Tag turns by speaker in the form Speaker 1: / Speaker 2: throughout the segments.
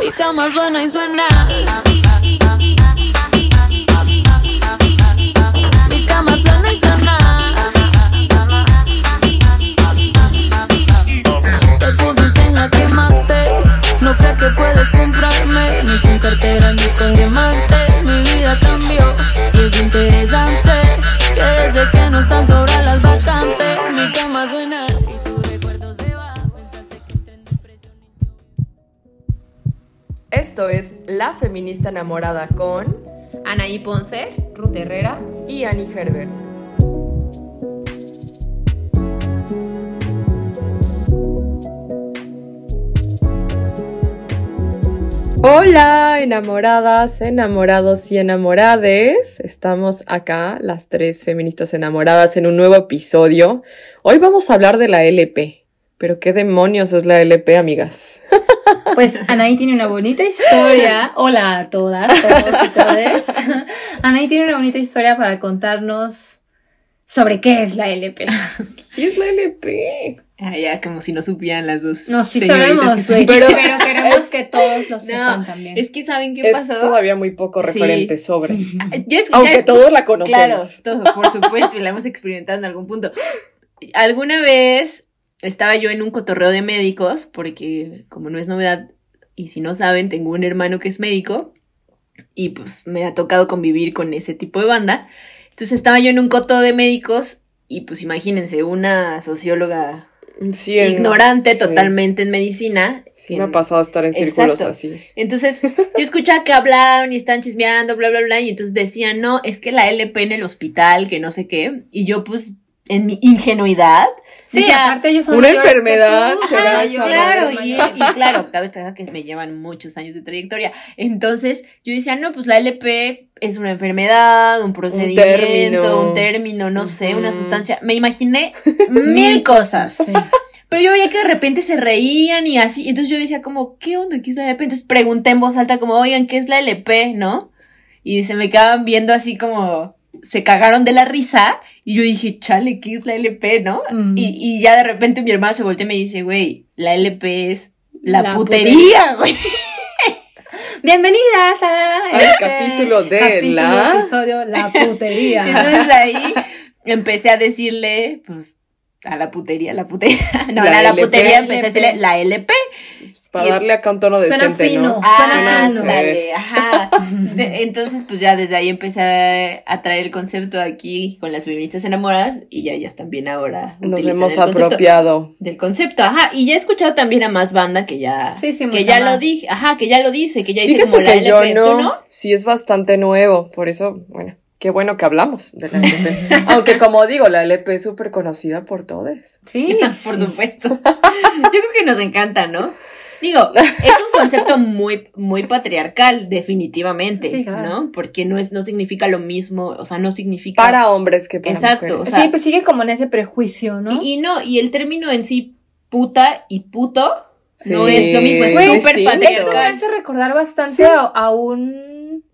Speaker 1: Mi cama suena y suena. Mi cama suena y suena. Te pusiste en jaque mate. No creas que puedes comprarme. Ni con cartera ni con diamantes. Mi vida cambió y es interesante. Que desde que no están sobre las vacantes. Mi cama suena. y tu recuerdo se va. Pensaste que el tren de preso ni yo-
Speaker 2: Esto es La Feminista Enamorada con
Speaker 3: Anaí Ponce, Ruth Herrera.
Speaker 2: y Annie Herbert. Hola, enamoradas, enamorados y enamorades. Estamos acá, las tres feministas enamoradas, en un nuevo episodio. Hoy vamos a hablar de la LP. Pero qué demonios es la LP, amigas.
Speaker 4: Pues Anaí tiene una bonita historia. Hola a todas, todos y todes. Anaí tiene una bonita historia para contarnos sobre qué es la LP.
Speaker 2: ¿Qué es la LP?
Speaker 3: Ah, ya, como si no supieran las dos.
Speaker 4: No, sí
Speaker 3: señoritas
Speaker 4: sabemos,
Speaker 3: que-
Speaker 4: güey,
Speaker 2: Pero-
Speaker 4: pero, queremos que todos lo sepan
Speaker 3: No,
Speaker 4: también.
Speaker 3: Es que saben qué
Speaker 2: Es
Speaker 3: pasó.
Speaker 2: todavía muy poco
Speaker 3: Sí.
Speaker 2: referente sobre.
Speaker 3: Ah, ya es- ya
Speaker 2: Aunque
Speaker 3: es-
Speaker 2: todos la conocemos.
Speaker 3: Claro, todo, por supuesto, y la hemos experimentado en algún punto. Alguna vez estaba yo en un cotorreo de médicos, porque como no es novedad, y si no saben, tengo un hermano que es médico, y pues me ha tocado convivir con ese tipo de banda. Entonces estaba yo en un coto de médicos, y pues imagínense, una socióloga
Speaker 2: Sí, en-
Speaker 3: ignorante
Speaker 2: sí.
Speaker 3: totalmente en medicina.
Speaker 2: Sí,
Speaker 3: en-
Speaker 2: me ha pasado estar en círculos
Speaker 3: Exacto.
Speaker 2: así.
Speaker 3: entonces, yo escuchaba que hablaban y están chismeando, bla, bla, bla, y entonces decían, no, es que la LP en el hospital, que no sé qué, y yo pues, en mi ingenuidad,
Speaker 4: sí,
Speaker 3: decía,
Speaker 4: aparte ellos son
Speaker 2: una
Speaker 4: mayores que
Speaker 2: enfermedad,
Speaker 4: tú,
Speaker 2: será
Speaker 4: son
Speaker 3: Ajá,
Speaker 2: eso,
Speaker 4: mayores,
Speaker 3: claro,
Speaker 4: son
Speaker 3: y,
Speaker 4: mayores.
Speaker 3: y claro, cabe destacar que me llevan muchos años de trayectoria. Entonces, yo decía, no, pues la LP es una enfermedad, un procedimiento,
Speaker 2: término.
Speaker 3: un término, no sé, una
Speaker 2: Ujú.
Speaker 3: sustancia. Me imaginé mil cosas.
Speaker 4: Sí.
Speaker 3: Pero yo veía que de repente se reían y así. Entonces yo decía como, ¿qué onda? ¿Qué es la LP? Entonces pregunté en voz alta como, oigan, ¿qué es la LP? ¿No? Y se me quedaban viendo así como, se cagaron de la risa. Y yo dije, chale, ¿qué es la LP? ¿No?
Speaker 4: Mm.
Speaker 3: Y, y ya de repente mi hermana se voltea y me dice, güey, la LP es la,
Speaker 4: La
Speaker 3: putería, güey.
Speaker 4: Bienvenidas a este
Speaker 2: Al capítulo de
Speaker 4: capítulo,
Speaker 2: la-
Speaker 4: episodio La putería.
Speaker 3: Entonces ahí empecé a decirle, pues, a la putería, la putería. No,
Speaker 2: La
Speaker 3: a la
Speaker 2: LP.
Speaker 3: putería empecé a decirle la LP.
Speaker 2: Pues, Para darle acá un tono
Speaker 4: Suena
Speaker 2: decente, ¿no?
Speaker 4: fino.
Speaker 3: Ah,
Speaker 4: Suena fino.
Speaker 3: ándale, ajá. De- entonces, pues ya desde ahí empecé a traer el concepto aquí con las feministas enamoradas y ya ellas también ahora
Speaker 2: Nos
Speaker 3: utilizan
Speaker 2: hemos
Speaker 3: el concepto-
Speaker 2: apropiado.
Speaker 3: del concepto, ajá. Y ya he escuchado también a más banda que ya
Speaker 4: Sí, sí,
Speaker 3: que
Speaker 4: mucha
Speaker 3: ya lo
Speaker 4: más.
Speaker 3: dije, ajá, que ya lo dice, que ya dice
Speaker 2: Fíjese
Speaker 3: como la
Speaker 2: que yo
Speaker 3: LP, ¿tú
Speaker 2: no,
Speaker 3: no?
Speaker 2: sí es bastante nuevo, por eso, bueno, qué bueno que hablamos de la LP. Aunque como digo, la LP es súper conocida por todos.
Speaker 4: Sí,
Speaker 3: Por supuesto. Yo creo que nos encanta, ¿no? Digo, es un concepto muy, muy patriarcal, definitivamente,
Speaker 4: Sí, claro.
Speaker 3: ¿no? Porque no es, no significa lo mismo, o sea, no significa.
Speaker 2: Para hombres que para
Speaker 3: Exacto,
Speaker 2: mujeres.
Speaker 3: o sea-
Speaker 4: sí, pues sigue como en ese prejuicio, ¿no?
Speaker 3: Y, y no, y el término en sí, puta y puto,
Speaker 2: Sí. Pues
Speaker 3: no es lo mismo, es
Speaker 4: Güey,
Speaker 3: súper
Speaker 2: distinto.
Speaker 4: Esto me
Speaker 3: patriarcal.
Speaker 4: hace recordar bastante
Speaker 2: Sí.
Speaker 4: a, a un.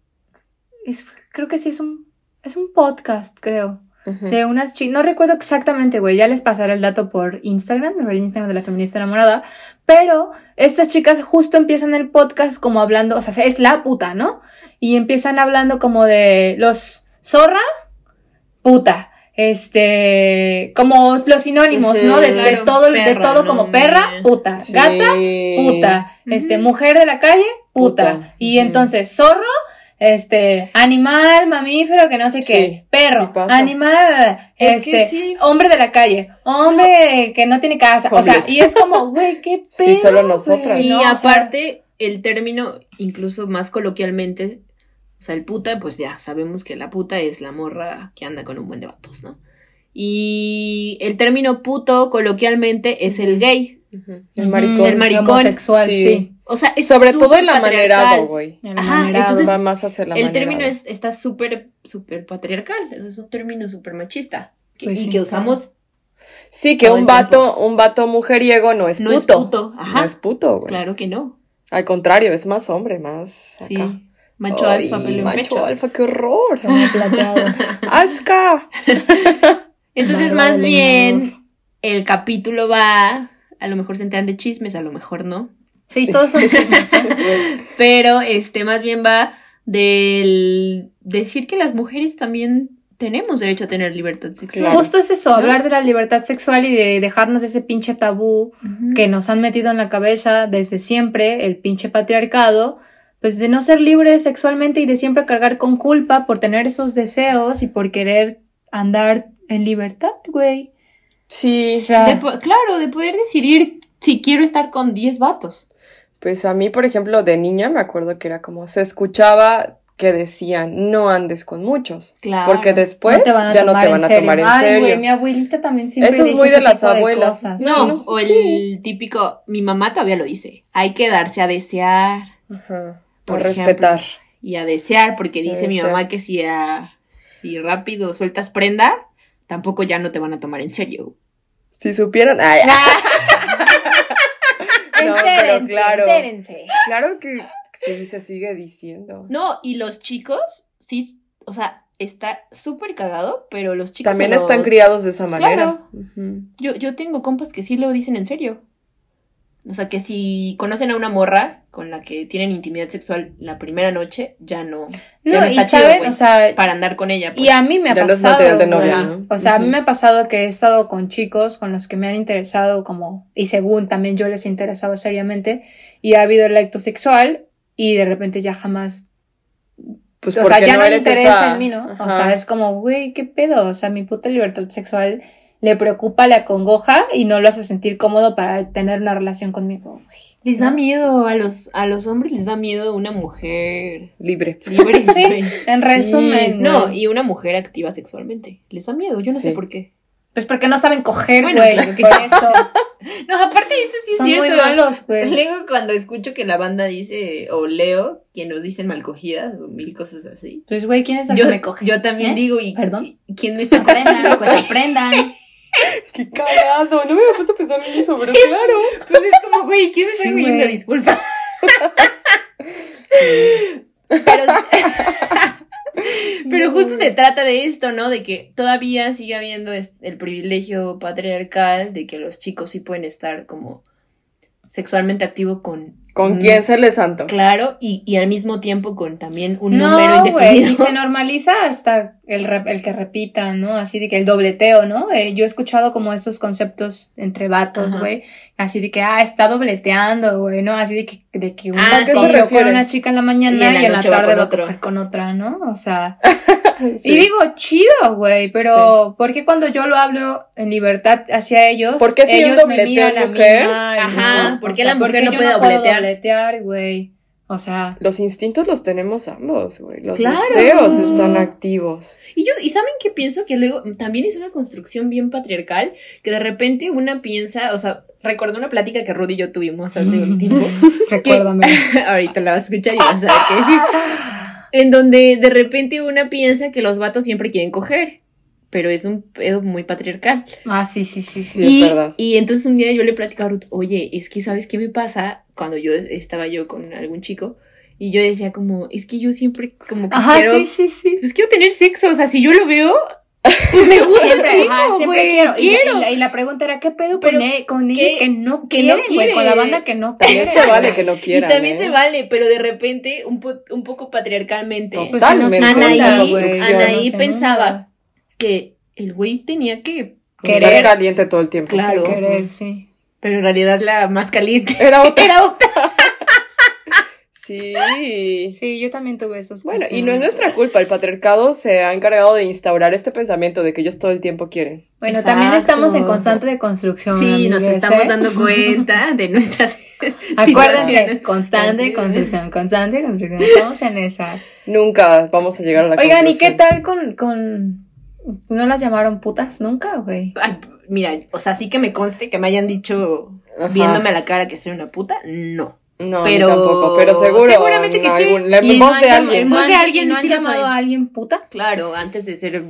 Speaker 4: es- creo que sí es un. Es un podcast, creo.
Speaker 2: Ujú.
Speaker 4: De unas chicas. No recuerdo exactamente, güey. Ya les pasaré el dato por Instagram, por el Instagram de la feminista enamorada. Pero estas chicas justo empiezan el podcast como hablando. O sea, es la puta, ¿no? Y empiezan hablando como de los zorra, puta. Este, como los sinónimos,
Speaker 2: Ujú.
Speaker 4: ¿no? De, de
Speaker 3: Claro,
Speaker 4: todo, de
Speaker 3: perra,
Speaker 4: todo
Speaker 3: ¿no?
Speaker 4: como perra, puta,
Speaker 2: Sí.
Speaker 4: gata, puta, este,
Speaker 3: Ujú.
Speaker 4: mujer de la calle, puta.
Speaker 2: Puta.
Speaker 4: Y
Speaker 2: Ujú.
Speaker 4: entonces, zorro, este, animal, mamífero, que no sé
Speaker 2: Sí,
Speaker 4: qué, perro,
Speaker 2: sí pasa.
Speaker 4: animal,
Speaker 3: Es
Speaker 4: este,
Speaker 3: que sí.
Speaker 4: hombre de la calle, hombre que no tiene casa, o
Speaker 2: Homeless.
Speaker 4: sea, y es como, güey, qué
Speaker 2: Sí,
Speaker 4: pedo,
Speaker 2: solo
Speaker 4: güey,
Speaker 2: nosotras.
Speaker 3: Y
Speaker 4: Pues ¿no? O sea,
Speaker 3: aparte, el término, incluso más coloquialmente, o sea, el puta, pues ya sabemos que la puta es la morra que anda con un buen de vatos, ¿no? Y el término puto coloquialmente es el gay.
Speaker 2: Ujú. El
Speaker 4: ujú,
Speaker 2: maricón.
Speaker 3: El maricón.
Speaker 4: homosexual,
Speaker 2: Sí.
Speaker 4: sí.
Speaker 3: O sea, es
Speaker 2: Sobre todo
Speaker 3: súper
Speaker 2: el amanerado,
Speaker 3: patriarcal.
Speaker 2: güey.
Speaker 4: El
Speaker 3: Ajá,
Speaker 4: amanerado.
Speaker 3: entonces-
Speaker 2: Va más hacia el
Speaker 3: El
Speaker 2: amanerado.
Speaker 3: término es, está súper, súper patriarcal. Es un término súper machista. Que-
Speaker 4: Pues
Speaker 3: y
Speaker 4: sí,
Speaker 3: que usamos
Speaker 2: Sí, que
Speaker 3: Todo
Speaker 2: un
Speaker 3: el
Speaker 2: vato, un vato mujeriego no es
Speaker 3: no
Speaker 2: puto.
Speaker 3: es puto. Ajá.
Speaker 2: No es puto, güey.
Speaker 3: claro que no.
Speaker 2: Al contrario, es más hombre, más
Speaker 3: Sí.
Speaker 2: acá.
Speaker 3: Macho
Speaker 2: Ay,
Speaker 3: alfa, pelo en
Speaker 2: macho
Speaker 3: pecho.
Speaker 2: alfa, qué horror.
Speaker 4: como plateado.
Speaker 2: ¡Asca!
Speaker 3: Entonces,
Speaker 4: Bárbaro
Speaker 3: más
Speaker 4: del
Speaker 3: bien, el capítulo va. A lo mejor se enteran de chismes, a lo mejor no.
Speaker 4: Sí, todos son chismes, ¿eh?
Speaker 3: Pero este más bien va del decir que las mujeres también tenemos derecho a tener libertad sexual.
Speaker 2: Claro.
Speaker 4: Justo es eso,
Speaker 3: ¿No?
Speaker 4: hablar de la libertad sexual y de dejarnos ese pinche tabú
Speaker 3: Ujú.
Speaker 4: que nos han metido en la cabeza desde siempre, el pinche patriarcado, pues de no ser libres sexualmente y de siempre cargar con culpa por tener esos deseos y por querer andar en libertad, güey.
Speaker 2: Sí.
Speaker 4: O sea,
Speaker 3: De po- claro, de poder decidir si quiero estar con 10 vatos.
Speaker 2: Pues a mí, por ejemplo, de niña me acuerdo que era como se escuchaba que decían no andes con muchos,
Speaker 3: Claro.
Speaker 2: porque después
Speaker 4: no te van a
Speaker 2: pues, ya no
Speaker 4: tomar
Speaker 2: te van
Speaker 4: en
Speaker 2: a
Speaker 4: serio.
Speaker 2: tomar en
Speaker 4: Ay,
Speaker 2: serio.
Speaker 4: güey, mi abuelita también siempre
Speaker 2: Eso es
Speaker 4: dice
Speaker 2: muy de
Speaker 4: ese
Speaker 2: las
Speaker 4: tipo de
Speaker 2: abuelas.
Speaker 4: cosas.
Speaker 3: No,
Speaker 2: Sí,
Speaker 3: o el
Speaker 2: sí.
Speaker 3: típico, mi mamá todavía lo dice, hay que darse a desear
Speaker 2: Ajá.
Speaker 3: Por
Speaker 2: Por
Speaker 3: ejemplo.
Speaker 2: respetar.
Speaker 3: y a desear, porque dice mi
Speaker 2: Desear.
Speaker 3: mamá que si, a- si rápido sueltas prenda, tampoco ya no te van a tomar en serio.
Speaker 2: Si supieran. Ay, no, pero
Speaker 4: Entérense,
Speaker 2: claro.
Speaker 4: entérense.
Speaker 2: Claro que sí se sigue diciendo.
Speaker 3: No, y los chicos, sí, o sea, está súper cagado, pero los chicos...
Speaker 2: También
Speaker 3: se lo-
Speaker 2: están criados de esa manera.
Speaker 3: Claro.
Speaker 2: Ujú.
Speaker 3: Yo, yo tengo compas que sí lo dicen en serio. O sea, que si conocen a una morra con la que tienen intimidad sexual la primera noche, ya no. Ya
Speaker 4: No,
Speaker 3: no
Speaker 4: y
Speaker 3: está chido,
Speaker 4: saben,
Speaker 3: güey.
Speaker 4: o sea,
Speaker 3: Para andar con ella.
Speaker 4: Y
Speaker 3: pues.
Speaker 4: a mí me ha
Speaker 2: Ya no es
Speaker 4: pasado.
Speaker 2: material de
Speaker 4: güey.
Speaker 3: novia,
Speaker 2: ¿no?
Speaker 4: O sea, a mí
Speaker 2: Ujú.
Speaker 4: me ha pasado que he estado con chicos con los que me han interesado como, y según también yo les interesaba seriamente, y ha habido el acto sexual, y de repente ya jamás.
Speaker 2: Pues
Speaker 4: o sea,
Speaker 2: porque
Speaker 4: ya no, le
Speaker 2: eres
Speaker 4: interesa
Speaker 2: esa-
Speaker 4: en mí, ¿no? O
Speaker 2: Ajá.
Speaker 4: sea, es como, güey, qué pedo. O sea, mi puta libertad sexual le preocupa, la congoja y no lo hace sentir cómodo para tener una relación conmigo, güey.
Speaker 3: Les da miedo, a los, a los hombres les da miedo una mujer
Speaker 2: libre.
Speaker 3: libre. güey.
Speaker 4: En
Speaker 2: Sí,
Speaker 4: resumen,
Speaker 3: No,
Speaker 4: no.
Speaker 3: y una mujer activa sexualmente. Les da miedo, yo no sé
Speaker 2: Sí.
Speaker 3: por qué.
Speaker 4: Pues porque no saben coger, güey.
Speaker 3: Bueno, claro que
Speaker 4: por
Speaker 3: sí.
Speaker 4: eso.
Speaker 3: No, aparte eso sí es
Speaker 4: Son
Speaker 3: cierto.
Speaker 4: muy malos, güey.
Speaker 3: Luego cuando escucho que la banda dice, o leo, que nos dicen malcogidas o mil cosas así.
Speaker 4: Pues, güey, ¿quién es la
Speaker 3: Yo,
Speaker 4: que me coge?
Speaker 3: yo también
Speaker 4: ¿Eh?
Speaker 3: digo, ¿y
Speaker 4: Perdón.
Speaker 3: y quién me está
Speaker 4: Aprendan, pues aprendan.
Speaker 2: Qué cagado. No me había puesto a pensar en eso, pero claro.
Speaker 3: Pues es como, güey, ¿quién me está
Speaker 4: Sí,
Speaker 3: huyendo?
Speaker 4: güey.
Speaker 3: Disculpa. Pero, pero justo se trata de esto, ¿no? De que todavía sigue habiendo es- el privilegio patriarcal de que los chicos sí pueden estar como sexualmente activo con...
Speaker 2: ¿Con
Speaker 3: Mm,
Speaker 2: quién se le santo?
Speaker 3: Claro, y, y al mismo tiempo con también un número
Speaker 4: No, güey,
Speaker 3: indefinido.
Speaker 4: y se normaliza hasta el, rep- el que repita, ¿no? Así de que el dobleteo, ¿no? Eh, yo he escuchado como estos conceptos entre vatos,
Speaker 3: Ajá.
Speaker 4: güey, así de que, ah, está dobleteando, güey, ¿no? Así de que, de que un
Speaker 3: Ah,
Speaker 4: vato
Speaker 3: ¿a qué
Speaker 4: se
Speaker 2: se
Speaker 4: lo con
Speaker 2: refieren?
Speaker 4: una chica en la mañana y en la,
Speaker 3: noche va
Speaker 4: tarde
Speaker 3: con
Speaker 4: va a
Speaker 3: otro.
Speaker 4: coger con otra, ¿no? O sea,
Speaker 2: Sí.
Speaker 4: y digo, chido, güey, pero ¿por qué cuando yo lo hablo en libertad hacia ellos,
Speaker 2: ¿Por qué si hay un
Speaker 4: ellos me
Speaker 2: dobleteo
Speaker 4: miran a mí
Speaker 2: mujer?
Speaker 4: mal,
Speaker 3: Ajá,
Speaker 4: ¿no?
Speaker 3: ¿por
Speaker 4: O
Speaker 3: qué
Speaker 4: sea,
Speaker 3: la mujer no
Speaker 4: yo
Speaker 3: puede dobletear?
Speaker 4: dobletear, güey? O sea...
Speaker 2: Los instintos los tenemos ambos, güey. Los
Speaker 3: Claro.
Speaker 2: deseos están activos.
Speaker 3: Y yo, ¿y saben qué pienso? Que luego también es una construcción bien patriarcal, que de repente una piensa, o sea, recuerdo una plática que Rudy y yo tuvimos hace un tiempo,
Speaker 4: Recuérdame.
Speaker 3: ahorita la vas a escuchar y vas a saber qué decir, en donde de repente una piensa que los vatos siempre quieren coger, pero es un pedo muy patriarcal.
Speaker 4: Ah, sí, sí, sí. sí.
Speaker 2: Sí, es
Speaker 3: y,
Speaker 2: verdad.
Speaker 3: y entonces un día yo le platicaba a Ruth, oye, es que ¿sabes qué me pasa? Cuando yo estaba yo con algún chico, y yo decía como, es que yo siempre como que
Speaker 4: Ajá,
Speaker 3: quiero
Speaker 4: sí, sí, sí.
Speaker 3: pues quiero tener sexo, o sea, si yo lo veo, pues me gusta el
Speaker 4: ajá,
Speaker 3: chico, güey, quiero,
Speaker 4: Y- Y, la, y la pregunta era, ¿qué pedo
Speaker 3: Pero
Speaker 4: con, e- con
Speaker 3: que-
Speaker 4: ellos que no
Speaker 3: que no
Speaker 4: quieren, güey? Con la
Speaker 3: quiere.
Speaker 4: banda que no quiere.
Speaker 2: También se Pues vale que no
Speaker 3: Y
Speaker 2: quieran.
Speaker 3: también
Speaker 2: ¿eh?
Speaker 3: se vale, pero de repente un, po- un poco patriarcalmente
Speaker 4: Pues,
Speaker 2: Totalmente.
Speaker 4: se nos
Speaker 3: Anaí-
Speaker 4: nota, güey.
Speaker 3: Anaí
Speaker 4: Se nos
Speaker 3: pensaba.
Speaker 4: nota.
Speaker 3: que el güey tenía que,
Speaker 2: Pues, Estar
Speaker 4: querer.
Speaker 2: caliente todo el tiempo.
Speaker 3: claro,
Speaker 4: Querer, sí.
Speaker 3: pero en realidad la más caliente
Speaker 2: Era otra.
Speaker 3: era otra.
Speaker 2: Sí.
Speaker 4: Sí, yo también tuve esos
Speaker 2: Bueno, y no es nuestra culpa. El patriarcado se ha encargado de instaurar este pensamiento de que ellos todo el tiempo quieren.
Speaker 4: Bueno, también
Speaker 3: Exacto.
Speaker 4: estamos en constante deconstrucción.
Speaker 3: Sí, nos
Speaker 4: amigues,
Speaker 3: estamos
Speaker 4: ¿eh?
Speaker 3: dando cuenta de nuestras
Speaker 4: Acuérdense,
Speaker 3: situaciones.
Speaker 4: constante construcción, constante construcción. Estamos en esa.
Speaker 2: Nunca vamos a llegar a la
Speaker 4: Oigan, ¿y qué
Speaker 2: conclusión.
Speaker 4: tal con, con. ¿No las llamaron putas nunca, güey?
Speaker 3: Ay, mira, o sea, sí que me conste que me hayan dicho
Speaker 2: Ajá.
Speaker 3: viéndome a la cara que soy una puta, no.
Speaker 2: No, pero...
Speaker 3: Pero-
Speaker 2: tampoco. Pero seguro.
Speaker 3: seguramente que sí.
Speaker 2: algún- la
Speaker 3: Y
Speaker 2: voz
Speaker 3: no han
Speaker 2: de
Speaker 3: llam-
Speaker 2: alguien.
Speaker 3: no
Speaker 4: ¿No
Speaker 3: Voz de
Speaker 4: han-
Speaker 3: alguien,
Speaker 4: ¿No han
Speaker 3: sí la
Speaker 4: llamado
Speaker 3: soy.
Speaker 4: a alguien puta?
Speaker 3: Claro, antes de ser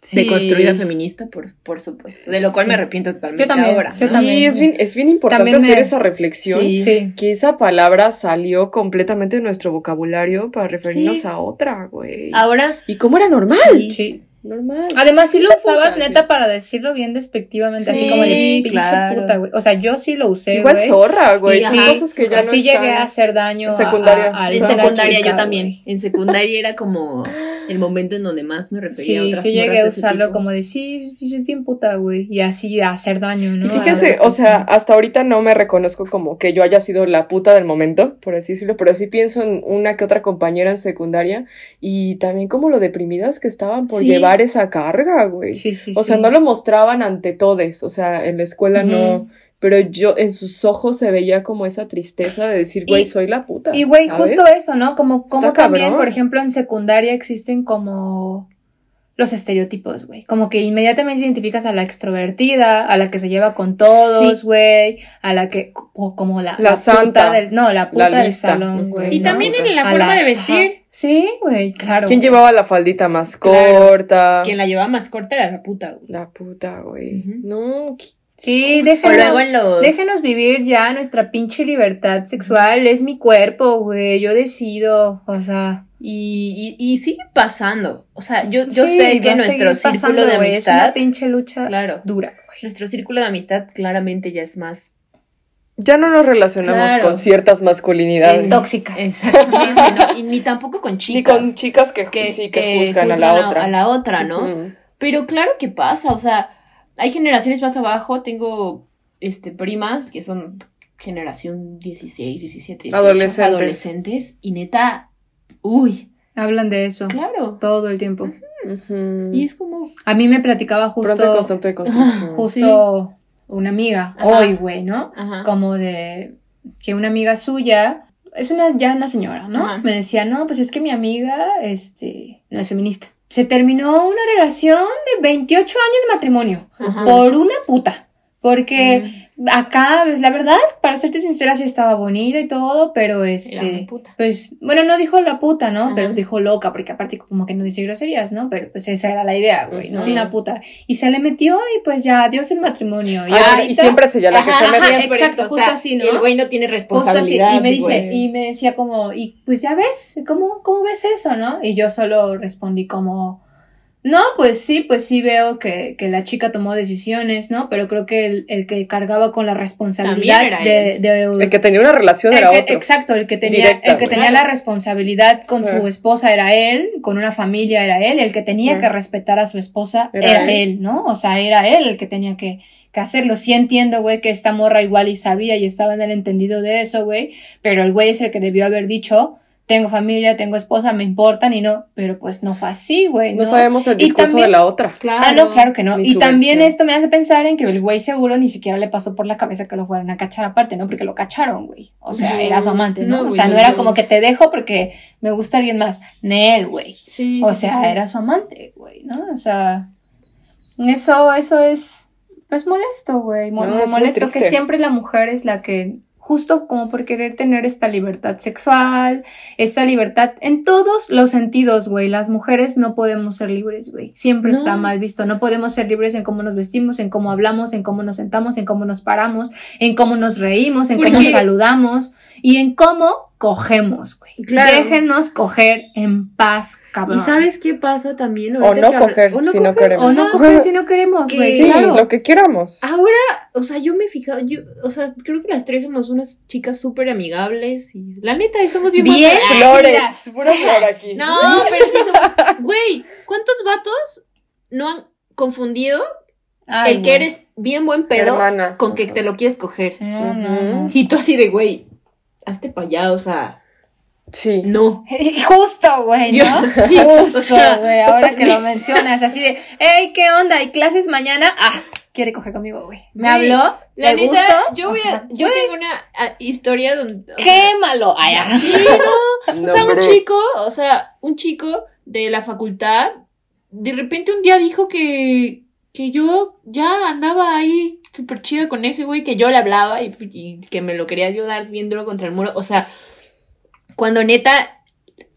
Speaker 2: Sí.
Speaker 3: deconstruida feminista, por, por supuesto. De lo cual
Speaker 4: Sí.
Speaker 3: me arrepiento totalmente
Speaker 4: Yo también,
Speaker 3: ahora.
Speaker 4: yo
Speaker 3: ¿no?
Speaker 4: también.
Speaker 2: Sí, es bien, es bien importante
Speaker 4: También me-
Speaker 2: hacer esa reflexión.
Speaker 3: Sí.
Speaker 2: Que esa palabra salió completamente de nuestro vocabulario para referirnos
Speaker 3: Sí.
Speaker 2: a otra, güey.
Speaker 3: Ahora,
Speaker 2: ¿Y cómo era normal?
Speaker 4: Ah. Sí.
Speaker 2: Normal.
Speaker 4: Además, sí lo
Speaker 2: Pinche
Speaker 4: usabas
Speaker 2: puta,
Speaker 4: neta
Speaker 2: sí.
Speaker 4: para decirlo bien despectivamente, así
Speaker 3: Sí,
Speaker 4: como de pinche
Speaker 3: claro.
Speaker 4: puta, güey. O sea, yo sí lo usé,
Speaker 2: Igual
Speaker 4: güey.
Speaker 2: zorra, güey.
Speaker 4: Y
Speaker 2: Son
Speaker 4: sí,
Speaker 2: cosas que ya
Speaker 4: así
Speaker 2: no
Speaker 4: llegué
Speaker 2: están.
Speaker 4: a hacer daño.
Speaker 2: En
Speaker 4: a-
Speaker 2: secundaria.
Speaker 4: a- a
Speaker 3: En
Speaker 4: alguna
Speaker 3: secundaria
Speaker 4: chica,
Speaker 3: yo también.
Speaker 4: güey.
Speaker 3: En secundaria era como el momento en donde más me refería a
Speaker 4: Sí,
Speaker 3: otras
Speaker 4: sí
Speaker 3: morras
Speaker 4: llegué a
Speaker 3: de ese
Speaker 4: usarlo
Speaker 3: tipo.
Speaker 4: como de sí, es bien puta, güey. Y así a hacer daño,
Speaker 2: Y
Speaker 4: ¿no? A
Speaker 2: Fíjense,
Speaker 4: otra
Speaker 2: o sea,
Speaker 4: persona.
Speaker 2: hasta ahorita no me reconozco como que yo haya sido la puta del momento, por así decirlo, pero sí pienso en una que otra compañera en secundaria y también como lo deprimidas que estaban por
Speaker 3: Sí.
Speaker 2: llevar esa carga, güey.
Speaker 4: Sí, sí,
Speaker 2: o sea,
Speaker 4: sí.
Speaker 2: no lo mostraban ante todes, o sea, en la escuela no,
Speaker 4: Ujú.
Speaker 2: pero yo en sus ojos se veía como esa tristeza de decir, güey,
Speaker 4: Y-
Speaker 2: soy la puta.
Speaker 4: Y güey,
Speaker 2: ¿sabes?
Speaker 4: justo eso, ¿no? Como, como
Speaker 2: Está
Speaker 4: también,
Speaker 2: cabrón.
Speaker 4: por ejemplo, en secundaria existen como los estereotipos, güey. Como que inmediatamente identificas a la extrovertida, a la que se lleva con todos,
Speaker 3: Sí.
Speaker 4: güey, a la que o como la,
Speaker 2: La
Speaker 4: puta
Speaker 2: santa.
Speaker 4: del no, la puta
Speaker 2: La
Speaker 4: del
Speaker 2: lista.
Speaker 4: salón,
Speaker 2: Ujú.
Speaker 4: güey.
Speaker 3: Y
Speaker 4: ¿no?
Speaker 3: también en la
Speaker 4: A
Speaker 3: forma
Speaker 4: la-
Speaker 3: de vestir.
Speaker 4: ajá. Sí, güey, claro.
Speaker 2: ¿Quién
Speaker 4: güey.
Speaker 2: llevaba la faldita más
Speaker 3: Claro.
Speaker 2: corta?
Speaker 3: Quien la llevaba más corta era la puta. güey.
Speaker 2: La puta, güey.
Speaker 3: Ujú.
Speaker 2: No, qué-
Speaker 4: Sí,
Speaker 3: O
Speaker 4: déjenlo.
Speaker 3: luego en los...
Speaker 4: Déjenos vivir ya nuestra pinche libertad sexual, es mi cuerpo, güey, yo decido, o sea,
Speaker 3: Y, y, y sigue pasando. O sea, yo, yo
Speaker 4: sí,
Speaker 3: sé
Speaker 4: va a
Speaker 3: que
Speaker 4: seguir
Speaker 3: nuestro
Speaker 4: pasando,
Speaker 3: círculo de
Speaker 4: güey, es una
Speaker 3: amistad...
Speaker 4: pinche lucha
Speaker 3: Claro.
Speaker 4: dura.
Speaker 3: Nuestro círculo de amistad claramente ya es más...
Speaker 2: Ya no nos relacionamos
Speaker 3: Claro.
Speaker 2: con ciertas masculinidades.
Speaker 3: eh,
Speaker 4: Tóxicas.
Speaker 3: Exactamente, ¿no? Y ni tampoco con
Speaker 2: Ni
Speaker 3: chicas.
Speaker 2: con chicas que,
Speaker 3: que,
Speaker 2: sí que,
Speaker 3: que
Speaker 2: juzgan, a la otra.
Speaker 3: a la otra, ¿no?
Speaker 2: Ujú.
Speaker 3: Pero claro que pasa, o sea, hay generaciones más abajo, tengo este primas que son generación 16, 17, 18,
Speaker 2: Adolescentes.
Speaker 3: adolescentes, y neta, uy,
Speaker 4: Hablan de eso
Speaker 3: claro.
Speaker 4: todo el tiempo.
Speaker 2: Ujú.
Speaker 3: Y es como
Speaker 4: A mí me platicaba
Speaker 2: Pronto y
Speaker 4: justo,
Speaker 2: constante de construcción.
Speaker 4: justo una amiga,
Speaker 3: Ajá.
Speaker 4: hoy, güey, ¿no?
Speaker 3: ajá.
Speaker 4: Como de que una amiga suya, es una ya una señora, ¿no?
Speaker 3: Ajá.
Speaker 4: Me decía, no, pues es que mi amiga, este, no es feminista. Se terminó una relación de 28 años de matrimonio
Speaker 3: Ajá. Mm.
Speaker 4: por una puta. Porque
Speaker 3: Ujú.
Speaker 4: acá, pues la verdad, para serte sincera, sí estaba bonita y todo, pero este...
Speaker 3: Era una puta.
Speaker 4: Pues, bueno, no dijo la puta, ¿no?
Speaker 3: Ajá.
Speaker 4: Pero dijo loca, porque aparte como que no dice groserías, ¿no? Pero pues esa era la idea, güey, ¿no?
Speaker 2: Ujú.
Speaker 4: Una puta. Y se le metió y pues ya, adiós el matrimonio. Y
Speaker 2: Ah,
Speaker 4: ahorita-
Speaker 2: y siempre es ella la que
Speaker 4: Ajá,
Speaker 2: se mete.
Speaker 4: ajá, exacto, justo así, ¿no?
Speaker 3: y El güey no tiene
Speaker 4: Justo así,
Speaker 3: responsabilidad.
Speaker 4: y me dice,
Speaker 3: güey.
Speaker 4: y me decía como, y pues ya ves, ¿cómo, ¿cómo ves eso, no? Y yo solo respondí como, no, pues sí, pues sí veo que, que la chica tomó decisiones, ¿no? Pero creo que el, el que cargaba con la responsabilidad
Speaker 3: era
Speaker 4: de, de-
Speaker 2: El que tenía una relación
Speaker 4: el
Speaker 2: era
Speaker 4: que-
Speaker 2: otro.
Speaker 4: Exacto, el que tenía,
Speaker 2: Directa,
Speaker 4: el que
Speaker 2: güey.
Speaker 4: tenía
Speaker 3: Claro.
Speaker 4: la responsabilidad con
Speaker 2: Claro.
Speaker 4: su esposa era él, con una familia era él, el que tenía
Speaker 2: Claro.
Speaker 4: que respetar a su esposa
Speaker 2: Era
Speaker 4: era,
Speaker 2: él.
Speaker 4: él. ¿no? O sea, era él el que tenía que, que hacerlo. Sí entiendo, güey, que esta morra igual y sabía y estaba en el entendido de eso, güey, pero el güey es el que debió haber dicho, tengo familia, tengo esposa, me importan y no, pero pues no fue así, güey.
Speaker 2: no
Speaker 4: No,
Speaker 2: sabemos el
Speaker 4: Y
Speaker 2: discurso
Speaker 4: también-
Speaker 2: de la otra.
Speaker 3: claro.
Speaker 4: Ah, no, claro que no.
Speaker 2: ni
Speaker 4: Y
Speaker 2: su
Speaker 4: también
Speaker 2: versión.
Speaker 4: esto me hace pensar en que el güey seguro ni siquiera le pasó por la cabeza que lo fueran a cachar aparte, ¿no? Porque lo cacharon, güey. O sea,
Speaker 3: No,
Speaker 4: era su amante, ¿no?
Speaker 3: no,
Speaker 4: o
Speaker 3: güey,
Speaker 4: sea, no
Speaker 3: no,
Speaker 4: era
Speaker 3: no.
Speaker 4: como que te dejo porque me gusta alguien más. Nel, güey.
Speaker 3: Sí,
Speaker 4: O
Speaker 3: sí,
Speaker 4: sea,
Speaker 3: sí, sí.
Speaker 4: era su amante, güey, ¿no? O sea, eso, eso es, es molesto, güey. Mo-
Speaker 2: No, es muy
Speaker 4: molesto que
Speaker 2: triste.
Speaker 4: siempre la mujer es la que, justo como por querer tener esta libertad sexual, esta libertad en todos los sentidos, güey. Las mujeres no podemos ser libres, güey. Siempre
Speaker 3: No.
Speaker 4: está mal visto. No podemos ser libres en cómo nos vestimos, en cómo hablamos, en cómo nos sentamos, en cómo nos paramos, en cómo nos reímos, en cómo
Speaker 3: Porque-
Speaker 4: saludamos y en cómo cogemos, güey.
Speaker 3: Claro.
Speaker 4: Déjenos coger en paz, cabrón.
Speaker 3: ¿Y sabes qué pasa también?
Speaker 2: O
Speaker 3: Ahorita
Speaker 2: no
Speaker 3: que habla-
Speaker 2: coger,
Speaker 3: o
Speaker 2: si no queremos.
Speaker 4: O no coger si no queremos,
Speaker 3: Que-
Speaker 4: güey.
Speaker 2: Sí,
Speaker 4: claro.
Speaker 2: lo que queramos.
Speaker 3: Ah, Ahora, o sea, yo me he fijado, yo, o sea, creo que las tres somos unas chicas súper amigables y la neta, y somos bien
Speaker 4: Bien.
Speaker 3: buenas-
Speaker 2: Flores, pura flor aquí.
Speaker 3: No, pero sí somos. Güey, ¿cuántos vatos no han confundido
Speaker 4: Ay,
Speaker 3: el que
Speaker 4: güey.
Speaker 3: eres bien buen pedo
Speaker 2: Hermana.
Speaker 3: con que te lo quieres coger?
Speaker 4: No, no, no.
Speaker 3: Y tú así de, güey, hazte pa' allá, o sea,
Speaker 2: Sí.
Speaker 3: no.
Speaker 4: Justo, güey,
Speaker 3: Yo-
Speaker 4: ¿no?
Speaker 3: sí, o
Speaker 4: Justo,
Speaker 3: sea,
Speaker 4: güey, ahora que lo mencionas, así de, hey, ¿qué onda? ¿Hay clases mañana? Ah, quiere coger conmigo, güey. Me
Speaker 3: Güey,
Speaker 4: habló,
Speaker 3: La
Speaker 4: ¿te
Speaker 3: neta,
Speaker 4: gustó?
Speaker 3: yo,
Speaker 4: O
Speaker 3: voy a-
Speaker 4: sea,
Speaker 3: yo
Speaker 4: güey,
Speaker 3: tengo una ah, historia donde. o sea,
Speaker 4: quémalo. Ay, ah.
Speaker 3: sí, no, O sea, pues, un
Speaker 2: Nombre.
Speaker 3: chico, o sea, un chico de la facultad, de repente un día dijo que, que yo ya andaba ahí súper chida con ese güey, que yo le hablaba y, y que me lo quería ayudar viéndolo contra el muro. O sea, cuando neta,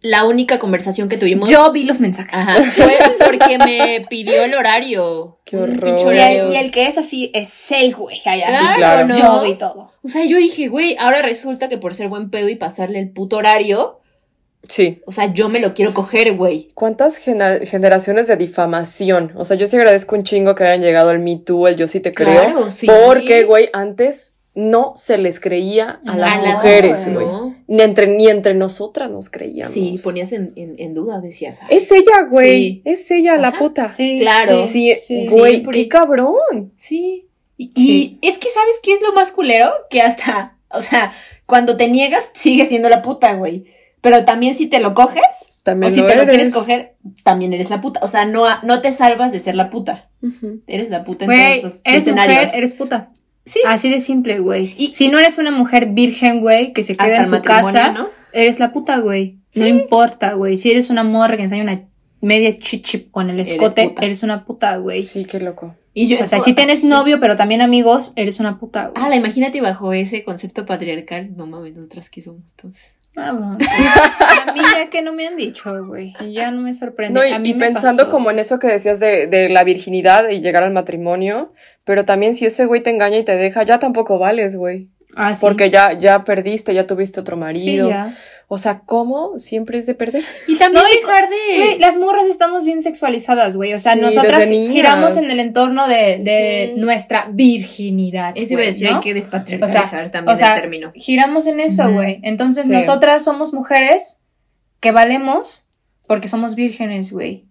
Speaker 3: la única conversación que tuvimos
Speaker 4: Yo vi los mensajes.
Speaker 3: ajá, fue porque me pidió el horario.
Speaker 2: Qué
Speaker 3: Un
Speaker 2: horror.
Speaker 3: pinche
Speaker 4: Y
Speaker 3: horario.
Speaker 4: el, y el que es así es el güey. Ay, ah.
Speaker 3: Claro,
Speaker 2: Sí, claro.
Speaker 3: ¿no?
Speaker 4: Yo vi todo.
Speaker 3: O sea, yo dije, güey, ahora resulta que por ser buen pedo y pasarle el puto horario,
Speaker 2: Sí.
Speaker 3: O sea, yo me lo quiero coger, güey.
Speaker 2: ¿Cuántas gena- generaciones de difamación? O sea, yo sí agradezco un chingo que hayan llegado al Me Too, el Yo sí te creo.
Speaker 3: Claro, sí.
Speaker 2: Porque, güey, antes no se les creía a las
Speaker 3: A
Speaker 2: mujeres,
Speaker 3: no.
Speaker 2: güey. Ni entre, ni entre nosotras nos creíamos.
Speaker 3: Sí, ponías en, en- en duda, decías. ay,
Speaker 2: Es ella, güey.
Speaker 3: Sí.
Speaker 2: Es ella, la
Speaker 3: Ajá.
Speaker 2: puta.
Speaker 4: Sí,
Speaker 3: Claro.
Speaker 2: Sí,
Speaker 4: sí.
Speaker 2: güey,
Speaker 3: Sí, porque-
Speaker 2: qué cabrón.
Speaker 3: Sí. Y,
Speaker 4: Sí.
Speaker 3: y es que, ¿sabes qué es lo más culero? Que hasta, o sea, cuando te niegas, sigues siendo la puta, güey. Pero también si te lo coges,
Speaker 2: También
Speaker 3: o si
Speaker 2: lo
Speaker 3: te lo
Speaker 2: eres.
Speaker 3: quieres coger, también eres la puta. O sea, no, no te salvas de ser la puta.
Speaker 2: Ujú.
Speaker 3: Eres la puta en
Speaker 4: Güey,
Speaker 3: todos los
Speaker 4: eres
Speaker 3: escenarios.
Speaker 4: mujer, eres puta.
Speaker 3: Sí.
Speaker 4: Así de simple, güey.
Speaker 3: Y-
Speaker 4: si no eres una mujer virgen, güey, que se queda
Speaker 3: hasta
Speaker 4: en
Speaker 3: el
Speaker 4: su
Speaker 3: matrimonio,
Speaker 4: casa,
Speaker 3: ¿no?
Speaker 4: eres la puta, güey. No
Speaker 3: Sí.
Speaker 4: importa, güey. Si eres una morra que enseña una media chichip con el
Speaker 3: Eres
Speaker 4: escote, eres,
Speaker 3: puta.
Speaker 4: una puta, güey.
Speaker 2: Sí, qué loco.
Speaker 3: Y yo, ah,
Speaker 4: O sea, si tienes novio, pero también amigos, eres una puta, güey.
Speaker 3: la imagínate bajo ese concepto patriarcal. No mames, nosotras que somos entonces.
Speaker 4: Ah, bueno. A mí ya que no me han dicho, güey. Y Ya no me sorprende.
Speaker 2: No, y,
Speaker 4: a mí
Speaker 2: y
Speaker 4: me
Speaker 2: pensando
Speaker 4: pasó.
Speaker 2: como en eso que decías de, de la virginidad y llegar al matrimonio, pero también si ese güey te engaña y te deja, ya tampoco vales, güey.
Speaker 4: Ah, sí.
Speaker 2: Porque ya, ya perdiste, ya tuviste otro
Speaker 4: Sí,
Speaker 2: marido.
Speaker 4: ya.
Speaker 2: O sea, ¿cómo siempre es de perder?
Speaker 3: Y también
Speaker 4: No, y-
Speaker 3: dejar de.
Speaker 4: Güey, las morras estamos bien sexualizadas, güey. O sea,
Speaker 2: Sí,
Speaker 4: nosotras
Speaker 2: desde niñas.
Speaker 4: giramos en el entorno de, de
Speaker 3: Ujú.
Speaker 4: nuestra virginidad.
Speaker 3: Eso iba a
Speaker 4: güey,
Speaker 3: decir,
Speaker 4: ¿no?
Speaker 3: hay que despatriarcalizar también
Speaker 4: o sea,
Speaker 3: el término.
Speaker 4: Giramos en eso,
Speaker 3: Ujú.
Speaker 4: güey. Entonces,
Speaker 2: Sí.
Speaker 4: nosotras somos mujeres que valemos porque somos vírgenes, güey.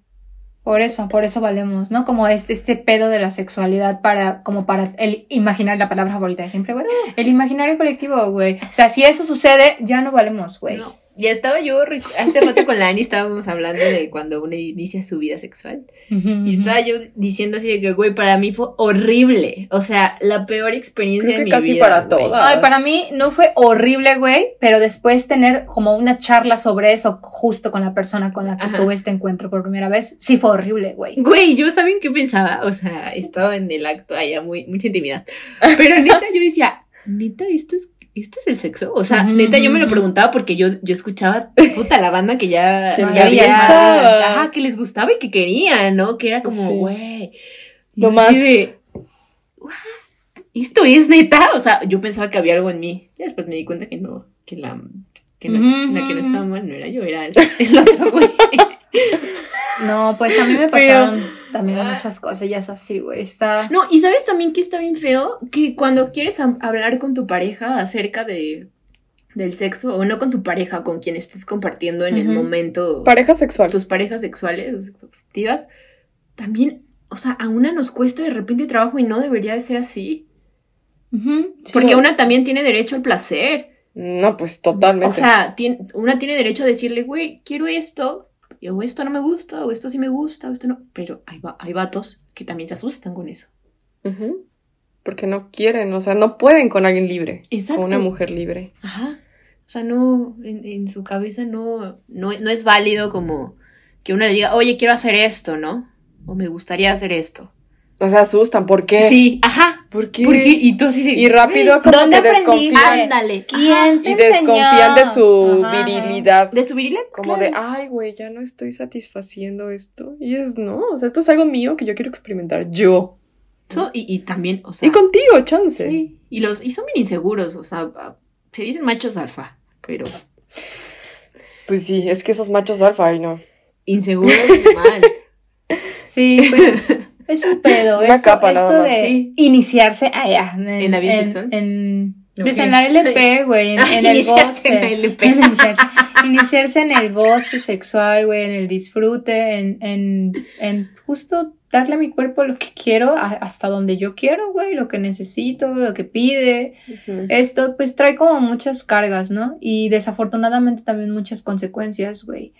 Speaker 4: Por eso, por eso valemos, ¿no? Como este, este pedo de la sexualidad para, como para el imaginar la palabra favorita de siempre, güey. El imaginario colectivo, güey. O sea, si eso sucede, ya no valemos, güey.
Speaker 3: No, ya estaba yo, rec- hace rato con la Ani estábamos hablando de cuando uno inicia su vida sexual.
Speaker 4: Ujú,
Speaker 3: Y
Speaker 4: ujú.
Speaker 3: estaba yo diciendo así de que, güey, para mí fue horrible. O sea, la peor experiencia
Speaker 2: Creo que
Speaker 3: de mi
Speaker 2: casi
Speaker 3: vida,
Speaker 2: para
Speaker 3: güey.
Speaker 2: todas.
Speaker 4: Ay, para mí no fue horrible, güey, pero después tener como una charla sobre eso justo con la persona con la que
Speaker 3: Ajá.
Speaker 4: tuve este encuentro por primera vez, sí fue horrible, güey.
Speaker 3: Güey, yo saben qué pensaba, o sea, estaba en el acto allá muy mucha intimidad. Pero neta yo decía, neta esto es esto es el sexo, o sea,
Speaker 4: Ujú,
Speaker 3: neta yo me lo
Speaker 4: ujú.
Speaker 3: preguntaba porque yo yo escuchaba puta la banda que ya
Speaker 2: Que
Speaker 3: ya
Speaker 4: les
Speaker 3: había-
Speaker 2: gustaba.
Speaker 3: ajá, que les gustaba y que querían, ¿no? Que era como,
Speaker 2: Sí.
Speaker 3: güey.
Speaker 2: Lo
Speaker 3: y
Speaker 2: más-
Speaker 3: así de, "What? Esto es neta, o sea, yo pensaba que había algo en mí. Ya después me di cuenta que no, que la que no-
Speaker 4: Ujú,
Speaker 3: la que no
Speaker 4: ujú.
Speaker 3: estaba mal no era yo, era el, el otro güey.
Speaker 4: No, pues a mí me pasaron también muchas cosas, ya es así, güey. Está
Speaker 3: No, y sabes también que está bien feo que cuando quieres am- hablar con tu pareja acerca de del sexo o no con tu pareja, con quien estés compartiendo en el
Speaker 4: Ujú.
Speaker 3: momento
Speaker 2: Pareja sexual.
Speaker 3: tus parejas sexuales o sexoafectivas, también, o sea, a una nos cuesta de repente trabajo y no debería de ser así,
Speaker 4: Ujú.
Speaker 3: porque
Speaker 2: Sí.
Speaker 3: una también tiene derecho al placer.
Speaker 2: No, pues totalmente.
Speaker 3: O sea, tien- una tiene derecho a decirle, "Güey, quiero esto." y, O esto no me gusta, o esto sí me gusta, o esto no. Pero hay, va- hay vatos que también se asustan con eso.
Speaker 2: Ujú. Porque no quieren, o sea, no pueden con alguien libre.
Speaker 3: Exacto.
Speaker 2: Con una mujer libre.
Speaker 3: Ajá. O sea, no, en, en su cabeza no, no, no es válido como que uno le diga, oye, quiero hacer esto, ¿no? O me gustaría hacer esto.
Speaker 2: O sea, asustan. ¿Por qué?
Speaker 3: Sí, ajá.
Speaker 2: ¿Por qué?
Speaker 3: Porque, y tú así de,
Speaker 2: Y rápido como
Speaker 4: ¿Dónde
Speaker 2: que
Speaker 4: aprendiste?
Speaker 2: desconfían.
Speaker 3: ándale.
Speaker 4: ¿Quién
Speaker 3: Ah,
Speaker 4: te
Speaker 2: Y desconfían de su
Speaker 4: enseñó? Ajá, ajá.
Speaker 2: virilidad.
Speaker 3: De su virilidad,
Speaker 2: Como de, ah.
Speaker 3: claro.
Speaker 2: ay, güey, ya no estoy satisfaciendo esto. Y es, no, o sea, esto es algo mío que yo quiero experimentar yo.
Speaker 3: So- y, y también, o sea.
Speaker 2: y contigo, chance.
Speaker 3: Ah. sí. Y, los, y son bien inseguros, o sea, a- se dicen machos alfa, pero
Speaker 2: Pues sí, es que esos machos alfa, ay, no.
Speaker 3: inseguros mal.
Speaker 4: Sí, pues es un pedo.
Speaker 2: Una
Speaker 4: esto
Speaker 2: capa
Speaker 4: esto
Speaker 2: nada más,
Speaker 4: de
Speaker 3: sí.
Speaker 4: iniciarse allá. En,
Speaker 3: ¿En la vida sexual?
Speaker 4: en-
Speaker 3: Ok.
Speaker 4: pues en la LP, güey, en, en el
Speaker 3: Iniciarse en la
Speaker 4: goce.
Speaker 3: LP.
Speaker 4: En iniciarse, iniciarse en el goce sexual, güey, en el disfrute, en, en, en justo darle a mi cuerpo lo que quiero, a- hasta donde yo quiero, güey, lo que necesito, lo que pide. Esto pues trae como muchas cargas, ¿no? Y desafortunadamente también muchas consecuencias, güey.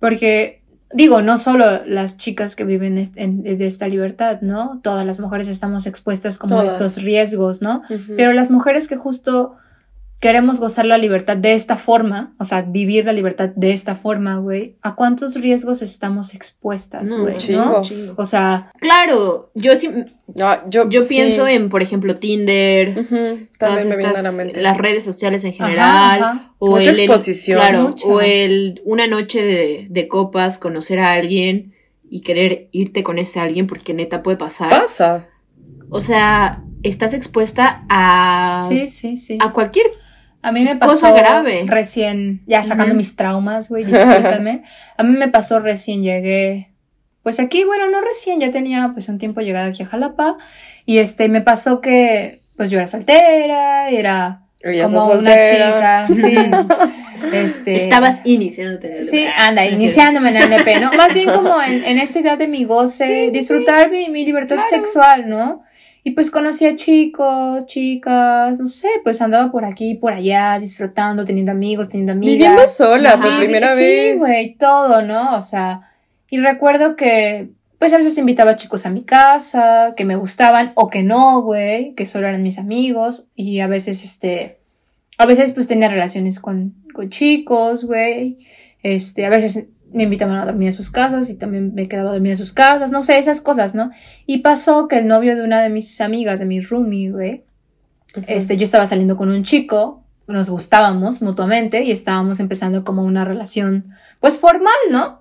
Speaker 4: Porque, digo, no solo las chicas que viven est- en- desde esta libertad, ¿no? Todas las mujeres estamos expuestas como a
Speaker 2: Todas.
Speaker 4: estos riesgos, ¿no?
Speaker 2: Ujú.
Speaker 4: Pero las mujeres que justo queremos gozar la libertad de esta forma, o sea, vivir la libertad de esta forma, güey, ¿a cuántos riesgos estamos expuestas,
Speaker 3: No,
Speaker 4: güey?
Speaker 3: un
Speaker 2: chingo.
Speaker 4: ¿no?
Speaker 3: un chingo.
Speaker 4: O sea,
Speaker 3: Claro, yo sí,
Speaker 2: Ah, yo
Speaker 3: yo
Speaker 2: sí.
Speaker 3: pienso en, por ejemplo, Tinder,
Speaker 2: Ujú,
Speaker 3: todas
Speaker 2: También me viene a
Speaker 3: estas,
Speaker 2: la mente.
Speaker 3: las redes sociales en
Speaker 4: ajá,
Speaker 3: general,
Speaker 4: ajá.
Speaker 3: o
Speaker 2: Mucha
Speaker 3: el, el-
Speaker 2: exposición.
Speaker 3: claro,
Speaker 4: Mucha.
Speaker 3: o el una noche de, de copas, conocer a alguien y querer irte con ese alguien porque neta puede pasar.
Speaker 2: Pasa.
Speaker 3: O sea, estás expuesta a
Speaker 4: Sí, sí, sí.
Speaker 3: a cualquier
Speaker 4: A mí me pasó
Speaker 3: ah, Cosa grave.
Speaker 4: recién, ya sacando
Speaker 3: Ujú.
Speaker 4: mis traumas, güey, discúlpenme. A mí me pasó recién llegué, pues aquí, bueno, no recién, ya tenía pues un tiempo llegada aquí a Jalapa y este, me pasó que pues yo era soltera, era
Speaker 2: Ella está
Speaker 4: como
Speaker 2: soltera.
Speaker 4: una chica, sí. Este,
Speaker 3: Estabas iniciándote.
Speaker 4: Sí,
Speaker 3: Ah,
Speaker 4: anda,
Speaker 3: no es
Speaker 4: iniciándome en el NP, ¿no? Más bien como en, en esta edad de mi goce,
Speaker 3: Sí, sí,
Speaker 4: disfrutar mi, mi libertad sexual, ¿no? Y pues conocí a chicos, chicas, no sé, pues andaba por aquí, por allá, disfrutando, teniendo amigos, teniendo amigas.
Speaker 2: Viviendo sola
Speaker 3: Ajá.
Speaker 2: por primera
Speaker 4: sí,
Speaker 2: vez.
Speaker 4: güey, todo, ¿no? O sea, y recuerdo que, pues a veces invitaba a chicos a mi casa, que me gustaban o que no, güey, que solo eran mis amigos, y a veces, este, a veces pues tenía relaciones con, con chicos, güey, este, a veces me invitaban a dormir a sus casas y también me quedaba a dormir a sus casas, no sé, esas cosas, ¿no? Y pasó que el novio de una de mis amigas, de mi roomie, güey,
Speaker 2: Ujú.
Speaker 4: este, yo estaba saliendo con un chico, nos gustábamos mutuamente y estábamos empezando como una relación, pues formal, ¿no?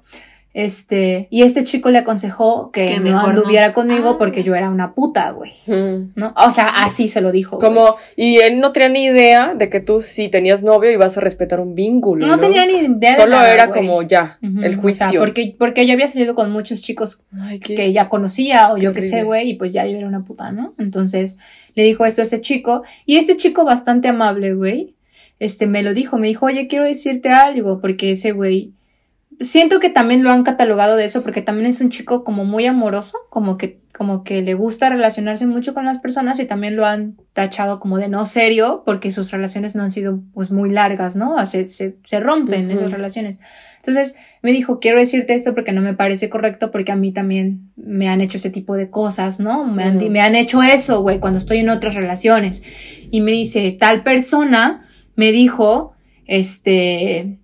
Speaker 4: Este, y este chico le aconsejó que,
Speaker 3: Que
Speaker 4: no
Speaker 3: mejor no.
Speaker 4: anduviera conmigo
Speaker 3: Ah.
Speaker 4: porque yo era una puta, güey.
Speaker 2: Ujú.
Speaker 4: ¿No? O sea, así se lo dijo. güey.
Speaker 2: Como, y él no tenía ni idea de que tú si tenías novio ibas a respetar un vínculo.
Speaker 4: no tenía ni idea de
Speaker 2: Solo
Speaker 4: nada,
Speaker 2: era
Speaker 4: güey.
Speaker 2: como ya,
Speaker 4: Ujú,
Speaker 2: el
Speaker 4: O sea,
Speaker 2: juicio.
Speaker 4: porque, porque yo había salido con muchos chicos
Speaker 2: Ay, qué-
Speaker 4: que ya conocía o yo
Speaker 2: Qué
Speaker 4: qué sé,
Speaker 2: horrible.
Speaker 4: güey, y pues ya yo era una puta, ¿no? Entonces le dijo esto a ese chico y este chico bastante amable, güey, este me lo dijo, me dijo, oye, quiero decirte algo porque ese güey, siento que también lo han catalogado de eso porque también es un chico como muy amoroso, como que, como que le gusta relacionarse mucho con las personas y también lo han tachado como de no serio porque sus relaciones no han sido pues muy largas, ¿no? Se, se, se rompen
Speaker 2: Ujú.
Speaker 4: esas relaciones. Entonces me dijo, quiero decirte esto porque no me parece correcto, porque a mí también me han hecho ese tipo de cosas, ¿no? Me han, di-
Speaker 2: Ujú.
Speaker 4: me han hecho eso, güey, cuando estoy en otras relaciones. Y me dice, tal persona me dijo, este,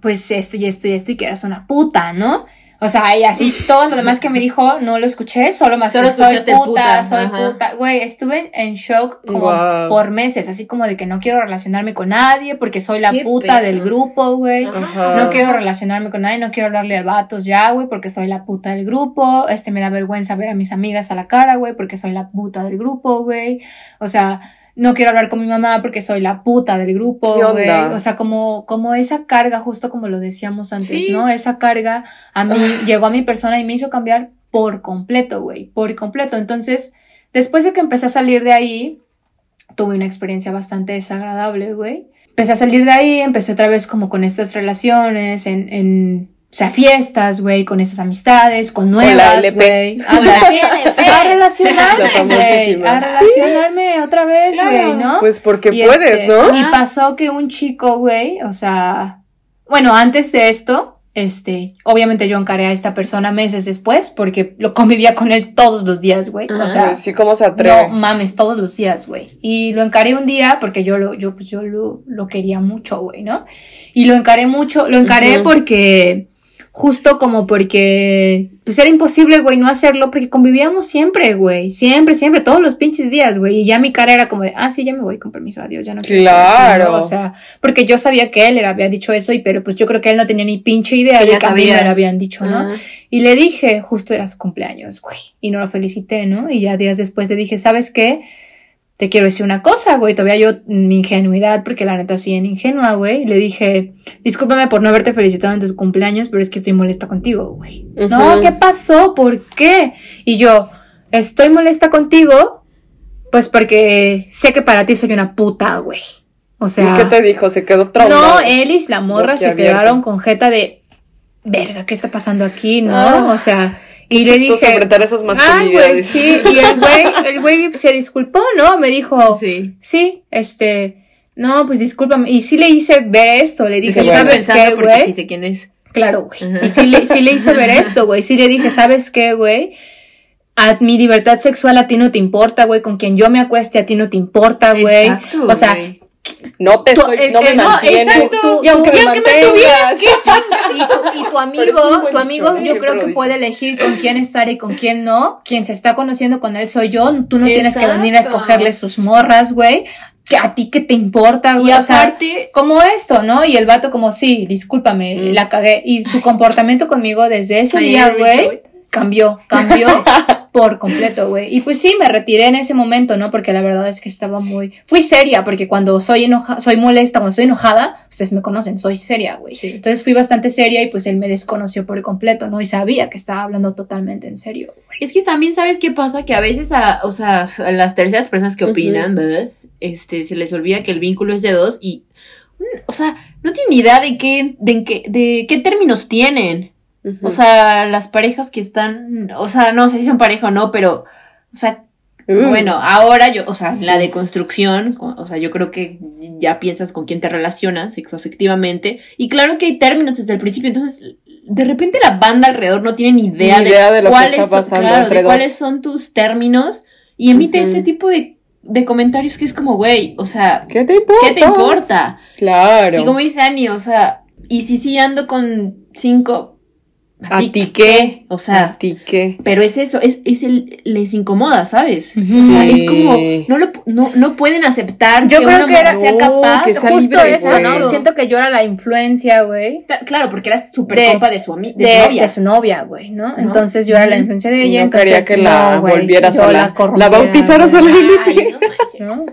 Speaker 4: pues esto y esto y esto y que eras una puta, ¿no? O sea, y así todo lo demás que me dijo, no lo escuché, solo más
Speaker 3: Solo
Speaker 4: que soy
Speaker 3: escuchaste
Speaker 4: puta,
Speaker 3: el puta,
Speaker 4: soy
Speaker 3: ajá.
Speaker 4: puta. Güey, estuve en shock como
Speaker 2: Guau.
Speaker 4: por meses, así como de que no quiero relacionarme con nadie porque soy la
Speaker 3: Qué
Speaker 4: puta del
Speaker 3: pedo.
Speaker 4: grupo, güey.
Speaker 2: Ajá.
Speaker 4: No quiero relacionarme con nadie, no quiero hablarle a vatos ya, güey, porque soy la puta del grupo. Este, me da vergüenza ver a mis amigas a la cara, güey, porque soy la puta del grupo, güey. O sea, no quiero hablar con mi mamá porque soy la puta del grupo,
Speaker 2: ¿Qué
Speaker 4: güey.
Speaker 2: onda?
Speaker 4: O sea, como, como esa carga, justo como lo decíamos antes,
Speaker 3: Sí.
Speaker 4: ¿no? Esa carga a mí llegó a mi persona y me hizo cambiar por completo, güey, por completo. Entonces, después de que empecé a salir de ahí, tuve una experiencia bastante desagradable, güey. Empecé a salir de ahí, empecé otra vez como con estas relaciones, en, en o sea, fiestas, güey, con estas amistades, con
Speaker 2: la
Speaker 4: nuevas,
Speaker 2: LP.
Speaker 4: güey.
Speaker 3: Con
Speaker 4: Anda,
Speaker 3: la CNP.
Speaker 4: A relacionarme,
Speaker 2: La
Speaker 4: güey. A
Speaker 2: famosísima.
Speaker 4: relacionarme otra vez,
Speaker 3: Claro.
Speaker 4: güey, ¿no?
Speaker 2: Pues porque
Speaker 4: Y
Speaker 2: puedes,
Speaker 4: este,
Speaker 2: ¿no?
Speaker 4: Y pasó que un chico, güey, o sea, bueno, antes de esto, este, obviamente yo encaré a esta persona meses después porque lo convivía con él todos los días, güey. O
Speaker 3: Ajá.
Speaker 4: sea,
Speaker 2: sí, cómo se
Speaker 4: no
Speaker 2: atreve.
Speaker 4: mames, todos los días, güey. Y lo encaré un día porque yo lo, yo, pues, yo lo, lo quería mucho, güey, ¿no? Y lo encaré mucho, lo encaré
Speaker 2: Ujú.
Speaker 4: porque, justo como porque, pues era imposible, güey, no hacerlo porque convivíamos siempre, güey. Siempre, siempre, todos los pinches días, güey. Y ya mi cara era como de, ah, sí, ya me voy, con permiso, adiós, ya no quiero
Speaker 2: Claro.
Speaker 4: estar contigo", O sea, porque yo sabía que él era, había dicho eso, y pero pues yo creo que él no tenía ni pinche idea
Speaker 3: Que
Speaker 4: de
Speaker 3: ya
Speaker 4: que a mí me
Speaker 3: sabías.
Speaker 4: lo habían dicho, ¿no?
Speaker 3: Ah.
Speaker 4: Y le dije, justo era su cumpleaños, güey. Y no lo felicité, ¿no? Y ya días después le dije, ¿sabes qué? Te quiero decir una cosa, güey. Todavía yo, mi ingenuidad, porque la neta sí en ingenua, güey. Le dije, discúlpame por no haberte felicitado en tus cumpleaños, pero es que estoy molesta contigo, güey. No,
Speaker 2: Ujú.
Speaker 4: ¿qué pasó? ¿Por qué? Y yo, estoy molesta contigo, pues porque sé que para ti soy una puta, güey. O sea.
Speaker 2: ¿Y qué te dijo? Se quedó
Speaker 4: No, eh,
Speaker 2: traumado.
Speaker 4: él y la morra se
Speaker 2: Boquiabierto.
Speaker 4: quedaron con jeta de verga, ¿qué está pasando aquí? ¿No?
Speaker 2: Ah,
Speaker 4: o sea, y le
Speaker 2: Chistoso
Speaker 4: dije,
Speaker 2: enfrentar esas
Speaker 4: ay, güey,
Speaker 2: masculinidades.
Speaker 4: sí, y el güey, el güey se disculpó, ¿no? Me dijo, sí.
Speaker 3: Sí.
Speaker 4: este, no, pues discúlpame, y sí le hice ver esto, le dije,
Speaker 2: Dije, bueno,
Speaker 4: ¿sabes qué,
Speaker 3: porque
Speaker 4: güey?
Speaker 3: sí sé quién es.
Speaker 4: Claro, güey.
Speaker 3: Ajá.
Speaker 4: Y sí le, sí le hice ver esto, güey. Sí le dije, ¿sabes qué, güey? A mi libertad sexual a ti no te importa, güey. Con quien yo me acueste a ti no te importa, güey.
Speaker 3: Exacto,
Speaker 4: O sea,
Speaker 3: güey.
Speaker 2: No te
Speaker 4: Tú-
Speaker 2: estoy,
Speaker 4: el-
Speaker 2: no me
Speaker 4: el- no,
Speaker 2: mantienes.
Speaker 4: exacto.
Speaker 2: Y aunque
Speaker 4: Tú-
Speaker 2: me
Speaker 4: y aunque me
Speaker 2: mantengas.
Speaker 4: Y tu, y tu amigo,
Speaker 2: Pero es un buen
Speaker 4: tu amigo,
Speaker 2: dicho, ¿eh?
Speaker 4: yo
Speaker 2: Siempre
Speaker 4: creo
Speaker 2: lo
Speaker 4: que
Speaker 2: dice.
Speaker 4: puede elegir con quién estar y con quién no. Quien se está conociendo con él soy yo. Tú no tienes que venir a
Speaker 3: Exacto.
Speaker 4: escogerle sus morras, güey. Que a ti que te importa,
Speaker 3: y
Speaker 4: güey. O sea,
Speaker 3: aparte,
Speaker 4: como esto, ¿no? Y el vato como, sí, discúlpame,
Speaker 2: Mm.
Speaker 4: la cagué. Y su comportamiento conmigo desde ese
Speaker 3: Ay,
Speaker 4: día,
Speaker 3: Rachel,
Speaker 4: güey,
Speaker 3: güey.
Speaker 4: cambió, cambió por completo, güey. Y pues sí, me retiré en ese momento, ¿no? Porque la verdad es que estaba muy... Fui seria, porque cuando soy enoja soy molesta, cuando estoy enojada, ustedes me conocen, soy seria, güey.
Speaker 3: Sí.
Speaker 4: Entonces fui bastante seria y pues él me desconoció por completo, ¿no? Y sabía que estaba hablando totalmente en serio.
Speaker 3: Es que también sabes qué pasa, que a veces a, o sea, a las terceras personas que
Speaker 2: Ujú.
Speaker 3: opinan, ¿verdad? Este, se les olvida que el vínculo es de dos y, mm, o sea, no tienen idea de qué, de, en qué, de qué términos tienen. O sea, las parejas que están, o sea, no sé si son pareja o no, pero, o sea,
Speaker 2: Uh.
Speaker 3: bueno, ahora yo, o sea,
Speaker 2: Sí.
Speaker 3: la deconstrucción, co- o sea, yo creo que ya piensas con quién te relacionas sexoafectivamente y claro que hay términos desde el principio, entonces de repente la banda alrededor no tiene ni idea,
Speaker 2: Ni idea de lo que
Speaker 3: cuáles
Speaker 2: está
Speaker 3: son-
Speaker 2: pasando
Speaker 3: claro,
Speaker 2: entre
Speaker 3: de
Speaker 2: dos.
Speaker 3: cuáles son tus términos y emite
Speaker 2: Ujú.
Speaker 3: este tipo de, de comentarios que es como, güey, o sea,
Speaker 2: ¿Qué te importa?
Speaker 3: ¿qué te importa?
Speaker 2: Claro.
Speaker 3: Y como dice Ani, o sea, y si sí ando con cinco,
Speaker 2: ¿A ti qué?
Speaker 3: O
Speaker 2: ¿A
Speaker 3: sea,
Speaker 2: ti qué?
Speaker 3: pero es eso, es, es el, les incomoda, ¿sabes?
Speaker 4: Ujú.
Speaker 3: O sea,
Speaker 2: Sí.
Speaker 3: es como, no, lo, no, no pueden aceptar
Speaker 4: Yo
Speaker 3: que
Speaker 4: creo
Speaker 3: una
Speaker 4: que era-
Speaker 3: mujer
Speaker 4: sea
Speaker 3: capaz,
Speaker 2: que sea
Speaker 4: Justo
Speaker 2: libre,
Speaker 4: eso,
Speaker 2: güey.
Speaker 4: ¿no? Siento que yo era la influencia, güey.
Speaker 3: Ta- Claro, porque era súper
Speaker 4: De-
Speaker 3: compa de su amiga, de,
Speaker 4: de,
Speaker 3: su novia.
Speaker 4: de su novia, güey, ¿no? Entonces yo era la influencia de ella,
Speaker 2: no quería
Speaker 4: entonces
Speaker 2: que la
Speaker 4: no, güey,
Speaker 2: volvieras
Speaker 4: yo
Speaker 2: a la, la
Speaker 4: corrompiera,
Speaker 2: bautizaras a
Speaker 4: güey,
Speaker 2: la
Speaker 3: Ay,
Speaker 2: élite.
Speaker 3: no manches.
Speaker 4: ¿no?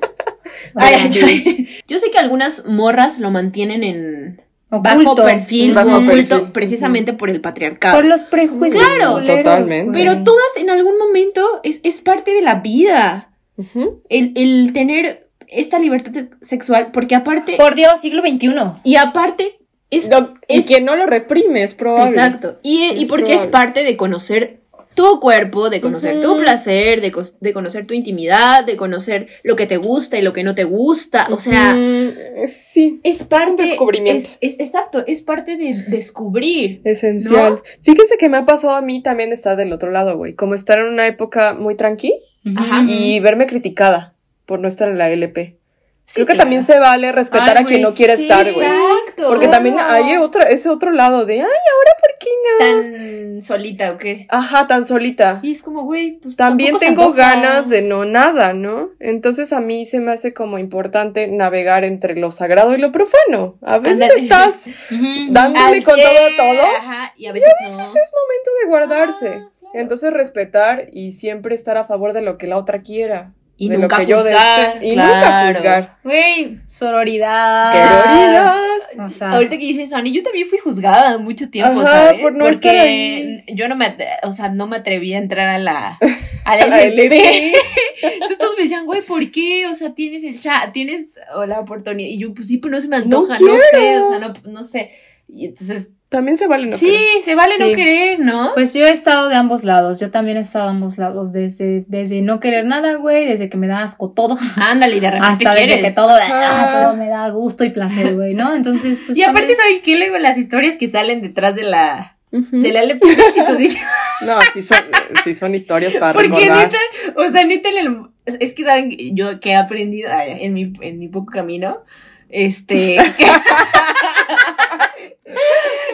Speaker 3: Ay, ay,
Speaker 4: Oculto,
Speaker 3: ay. Yo sé que algunas morras lo mantienen en bajo
Speaker 4: oculto,
Speaker 3: perfil,
Speaker 2: Bajo
Speaker 3: oculto,
Speaker 2: perfil.
Speaker 3: precisamente por el patriarcado.
Speaker 4: por los prejuicios.
Speaker 3: Claro.
Speaker 4: culeros,
Speaker 2: Ah. Totalmente.
Speaker 4: güey.
Speaker 3: Pero todas en algún momento es, es parte de la vida.
Speaker 2: Ujú.
Speaker 3: el, el tener esta libertad sexual, porque aparte,
Speaker 4: por Dios, siglo XXI.
Speaker 3: y aparte, es,
Speaker 2: Lo- y
Speaker 3: es-
Speaker 2: que no lo reprime, es probable.
Speaker 3: exacto, y, y
Speaker 2: Es
Speaker 3: porque es
Speaker 2: probable.
Speaker 3: parte de conocer tu cuerpo, de conocer tu
Speaker 2: Ujú.
Speaker 3: placer, de, cos- de conocer tu intimidad, de conocer lo que te gusta y lo que no te gusta, o sea,
Speaker 2: Mm, sí,
Speaker 3: es parte...
Speaker 2: descubrimiento.
Speaker 3: es- es- exacto, es parte de descubrir.
Speaker 2: esencial. Fíjense que me ha pasado a mí también estar del otro lado, güey. Como estar en una época muy tranqui
Speaker 3: Ajá.
Speaker 4: Ujú.
Speaker 2: y verme criticada por no estar en la LP.
Speaker 3: Sí,
Speaker 2: Creo que
Speaker 3: claro.
Speaker 2: también se vale respetar
Speaker 4: Ay,
Speaker 2: a quien
Speaker 4: güey,
Speaker 2: no quiere
Speaker 4: sí,
Speaker 2: estar, güey.
Speaker 3: Exacto.
Speaker 2: Porque también
Speaker 4: Claro.
Speaker 2: hay otro, ese otro lado de, ay, ahora por qué no?
Speaker 3: Tan solita o qué.
Speaker 2: Ajá, tan solita.
Speaker 3: Y es como, güey, pues
Speaker 2: También
Speaker 3: tampoco se
Speaker 2: tengo
Speaker 3: antoja.
Speaker 2: ganas de no nada, ¿no? Entonces a mí se me hace como importante navegar entre lo sagrado y lo profano. A veces
Speaker 3: Ándale.
Speaker 2: estás
Speaker 4: Ujú.
Speaker 2: dándole
Speaker 3: Al
Speaker 2: con todo
Speaker 3: cien,
Speaker 2: todo.
Speaker 3: Ajá, y a veces, no.
Speaker 2: Ese es momento de guardarse.
Speaker 3: Ah, claro.
Speaker 2: Entonces respetar y siempre estar a favor de lo que la otra quiera.
Speaker 3: Y
Speaker 2: de
Speaker 3: nunca
Speaker 2: lo que yo
Speaker 3: juzgar,
Speaker 2: desee. Y
Speaker 3: claro.
Speaker 2: nunca juzgar.
Speaker 4: Güey, sororidad.
Speaker 2: Sororidad.
Speaker 4: O sea,
Speaker 3: Ahorita que dices eso, Ani, yo también fui juzgada mucho tiempo,
Speaker 2: Ajá,
Speaker 3: ¿sabes?
Speaker 2: por no
Speaker 3: Porque
Speaker 2: estar ahí.
Speaker 3: yo no me, atre- o sea, no me atreví a entrar a la, a la
Speaker 2: A la
Speaker 3: LP. Entonces todos me decían, güey, ¿por qué? O sea, tienes el chat, tienes o la oportunidad. Y yo, pues sí, pero no se me
Speaker 2: No
Speaker 3: antoja, no, sé, o sea, no, no sé. Y entonces,
Speaker 2: También se vale no
Speaker 3: sí,
Speaker 2: querer.
Speaker 3: se vale no
Speaker 4: Sí.
Speaker 3: querer, ¿no?
Speaker 4: Pues yo he estado de ambos lados, yo también he estado de ambos lados, desde, desde no querer nada, güey, desde que me da asco todo,
Speaker 3: Ándale, y de repente
Speaker 4: hasta
Speaker 3: quieres.
Speaker 4: desde que todo,
Speaker 2: Ajá.
Speaker 4: ah, todo me da gusto y placer, güey, ¿no? Entonces, pues...
Speaker 3: y aparte,
Speaker 4: también-
Speaker 3: ¿saben qué? Luego las historias que salen detrás de la,
Speaker 2: Ujú.
Speaker 3: de la LP, chistosísimas.
Speaker 2: No, sí son, sí son historias para
Speaker 3: Porque
Speaker 2: recordar.
Speaker 3: neta, o sea, neta, en el- es que saben que yo que he aprendido ay, en mi, en mi poco camino, este, que-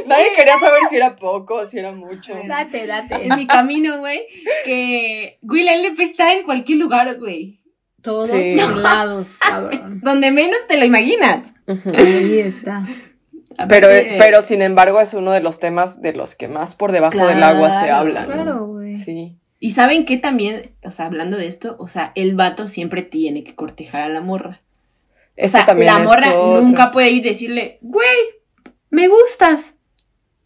Speaker 2: Nadie quería saber si era poco o si era mucho.
Speaker 4: Date, date.
Speaker 3: en mi camino, güey, que, güey, la LP está en cualquier lugar, güey,
Speaker 4: Todos
Speaker 2: Sí.
Speaker 4: lados, cabrón.
Speaker 3: donde menos te lo imaginas.
Speaker 2: Ujú.
Speaker 4: Ahí está.
Speaker 2: Pero, eh,
Speaker 3: Aparte,
Speaker 2: pero sin embargo es uno de los temas de los que más por debajo del agua se
Speaker 3: Claro,
Speaker 2: habla. ¿no?
Speaker 4: Claro, güey.
Speaker 2: Sí.
Speaker 3: Y saben que también, o sea, hablando de esto, o sea, el vato siempre tiene que cortejar a la morra. O
Speaker 2: Eso
Speaker 3: sea,
Speaker 2: también
Speaker 3: la
Speaker 2: es
Speaker 3: morra
Speaker 2: otro.
Speaker 3: nunca puede ir y decirle, güey, me gustas.